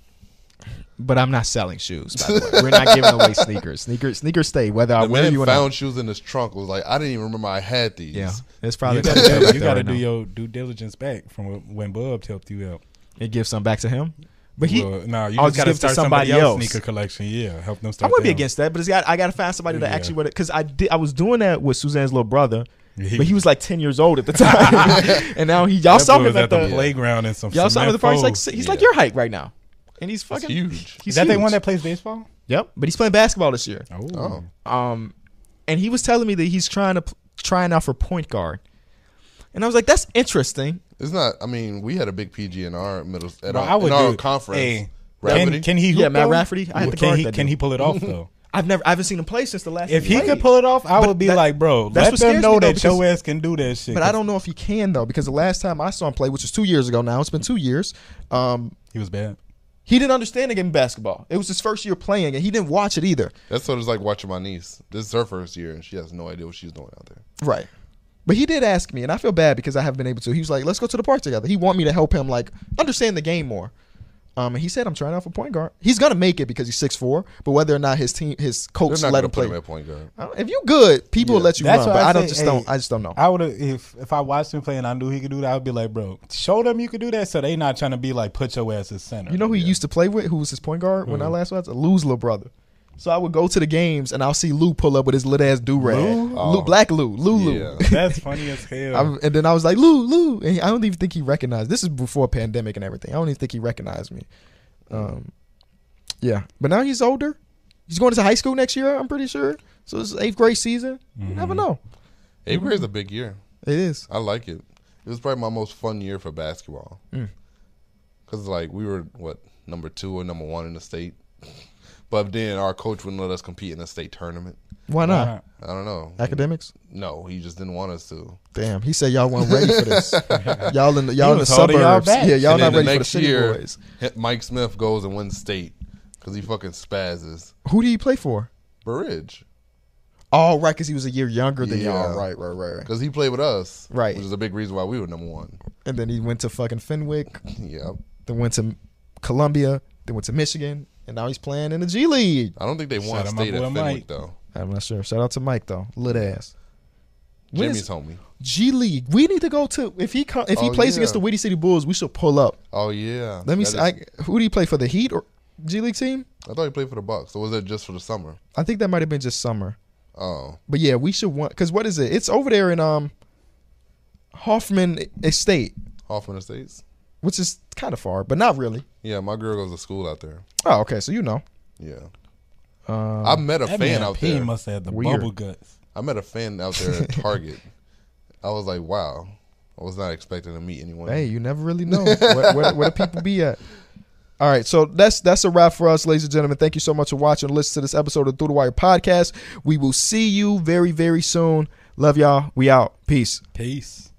A: but I'm not selling shoes. By the way, we're not giving away sneakers. Sneakers, sneakers stay whether I
C: The
A: wear
C: man
A: you or
C: found
A: not.
C: shoes in his trunk. Was like, I didn't even remember I had these.
A: Yeah, it's
D: You
A: probably
D: gotta, do- you
A: got
D: gotta
A: to
D: do your due diligence back from when- when Bub helped you out.
A: and give some back to him. But he,
D: well, no, you
A: I'll
D: just gotta
A: just give
D: start
A: to somebody
D: somebody, else's
A: else.
D: sneaker collection. Yeah, help them
A: I
D: start.
A: wouldn't be
D: their own.
A: against that, but it's got I gotta find somebody that
D: Yeah.
A: actually would because I did I was doing that with Suzanne's little brother. But he was like ten years old at the time, and now he y'all
D: That
A: saw
D: boy
A: him
D: was
A: at the,
D: playground and some.
A: y'all saw him at the party. He's like
D: cement
A: he's like
C: Yeah.
A: your height right now, and he's
C: That's
A: fucking
C: huge.
D: foes.
A: He's
D: Is that they
A: huge.
D: one that plays baseball?
A: Yep, but he's playing basketball this year.
D: Oh,
C: Oh,
A: Um, and he was telling me that he's trying to p- trying out for point guard, and I was like, that's interesting.
C: it's not. I mean, we had a big PG in our middle at
D: Bro,
C: our,
D: I would
C: in our
D: do-
C: conference.
D: hey,
C: Rafferty?
D: Can, can he? Hoop,
A: Yeah, Matt
D: though?
A: Rafferty. I had to
D: can
A: guard
D: he?
A: that
D: Can
A: dude.
D: he pull it off though?
A: I've never I haven't seen him play since the last.
D: If he
A: played.
D: could pull it off, I
A: But
D: would be
A: that-
D: like, bro,
A: that's
D: let
A: what
D: them
A: scares
D: know
A: me, though,
D: that your
A: because-
D: ass can do that shit.
A: but I don't know if he can though because the last time I saw him play, which was two years ago now, it's been two years. Um,
D: He was bad.
A: he didn't understand the game of basketball. It was his first year playing, and he didn't watch it either.
C: That's what it's like watching my niece. This is her first year, and she has no idea what she's doing out there.
A: Right. But he did ask me, and I feel bad because I haven't been able to. He was like, "Let's go to the park together." He want me to help him like understand the game more. Um, and he said, "I'm trying out for point guard. He's gonna make it because he's six four. But whether or not his team, his coach
C: They're not
A: let
C: going
A: him
C: to put
A: play.
C: him at point guard.
A: I don't- if you good, people will
C: Yeah.
A: let you
D: That's
A: run.
D: what
A: But
D: I
A: I don't
D: say,
A: just
D: hey,
A: don't. I just don't know.
D: I would have if if I watched him play and I knew he could do that. I'd be like, bro, show them you could do that. So they not trying to be like, put your ass as center.
A: You know who he used to play with, who was his point guard when I last watched? Lou's little brother. So I would go to the games and I'll see Lou pull up with his little ass do rag. Lou?
C: Oh.
A: black Lou, Lou
C: Yeah.
A: Lou.
D: That's funny as hell.
A: I, and then I was like, Lou, Lou. And he- I don't even think he recognized. This is before pandemic and everything. I don't even think he recognized me. Um, yeah, but now he's older. He's going to high school next year. I'm pretty sure. So it's eighth grade season. You never know.
C: Eighth grade's a big year.
A: It is.
C: I like it. It was probably my most fun year for basketball.
A: Hmm.
C: Cause like we were what number two or number one in the state, but then our coach wouldn't let us compete in a state tournament.
A: Why not?
D: Why
C: I don't know.
A: Academics.
C: No, he just didn't want us to.
A: Damn. He said y'all weren't ready for this. y'all in the, y'all in the
D: was holding
A: suburbs.
D: y'all back.
A: yeah, y'all
C: And
A: not
C: then
A: ready
C: the
A: for the
C: next
A: city
C: year,
A: boys.
C: hit- Mike Smith goes and wins state because he fucking spazzes.
A: Who did he play for?
C: Bridge
A: Oh, right, because he was a year younger than
C: Yeah.
A: y'all. Right, right, right, right.
C: because he played with us,
A: Right.
C: Which is a big reason why we were number one.
A: And then he went to fucking Fenwick,
C: yeah,
A: then went to Columbia, then went to Michigan, and now he's playing in the G League.
C: I don't think they won
D: Shout out my
C: state at
D: boy
C: Fenwick
D: Mike.
C: though.
A: I'm not sure. Shout out to Mike though, lit ass. When
C: Jimmy's
A: is-
C: homie.
A: G League. We need to go to if he co- if he
C: Oh,
A: plays
C: yeah.
A: against the Witty City Bulls, we should pull up.
C: Oh yeah.
A: Let me.
C: That
A: See,
C: is-
A: I, who do you play for the Heat or G League team?
C: I thought he played for the Bucks. Or was it just for the summer?
A: I think that might have been just summer.
C: Oh,
A: But yeah, we should want because what is it? It's over there in um Hoffman Estate,
C: Hoffman Estates.
A: which is kind of far, but not really.
C: Yeah, my girl goes to school out there.
A: Oh, okay. So you know.
C: Yeah,
A: Um,
C: I met a
D: Uh, that
C: fan
D: man
C: out
D: P
C: there.
D: must have had the
A: Weird.
D: bubble guts.
C: I met a fan out there at Target. I was like, wow, I was not expecting to meet anyone.
A: Hey, you never really know where, where, where the people be at. All right, so that's that's a wrap for us, ladies and gentlemen. Thank you so much for watching. Listen to this episode of Through the Wire podcast. We will see you very very soon. Love y'all. We out. Peace.
D: Peace.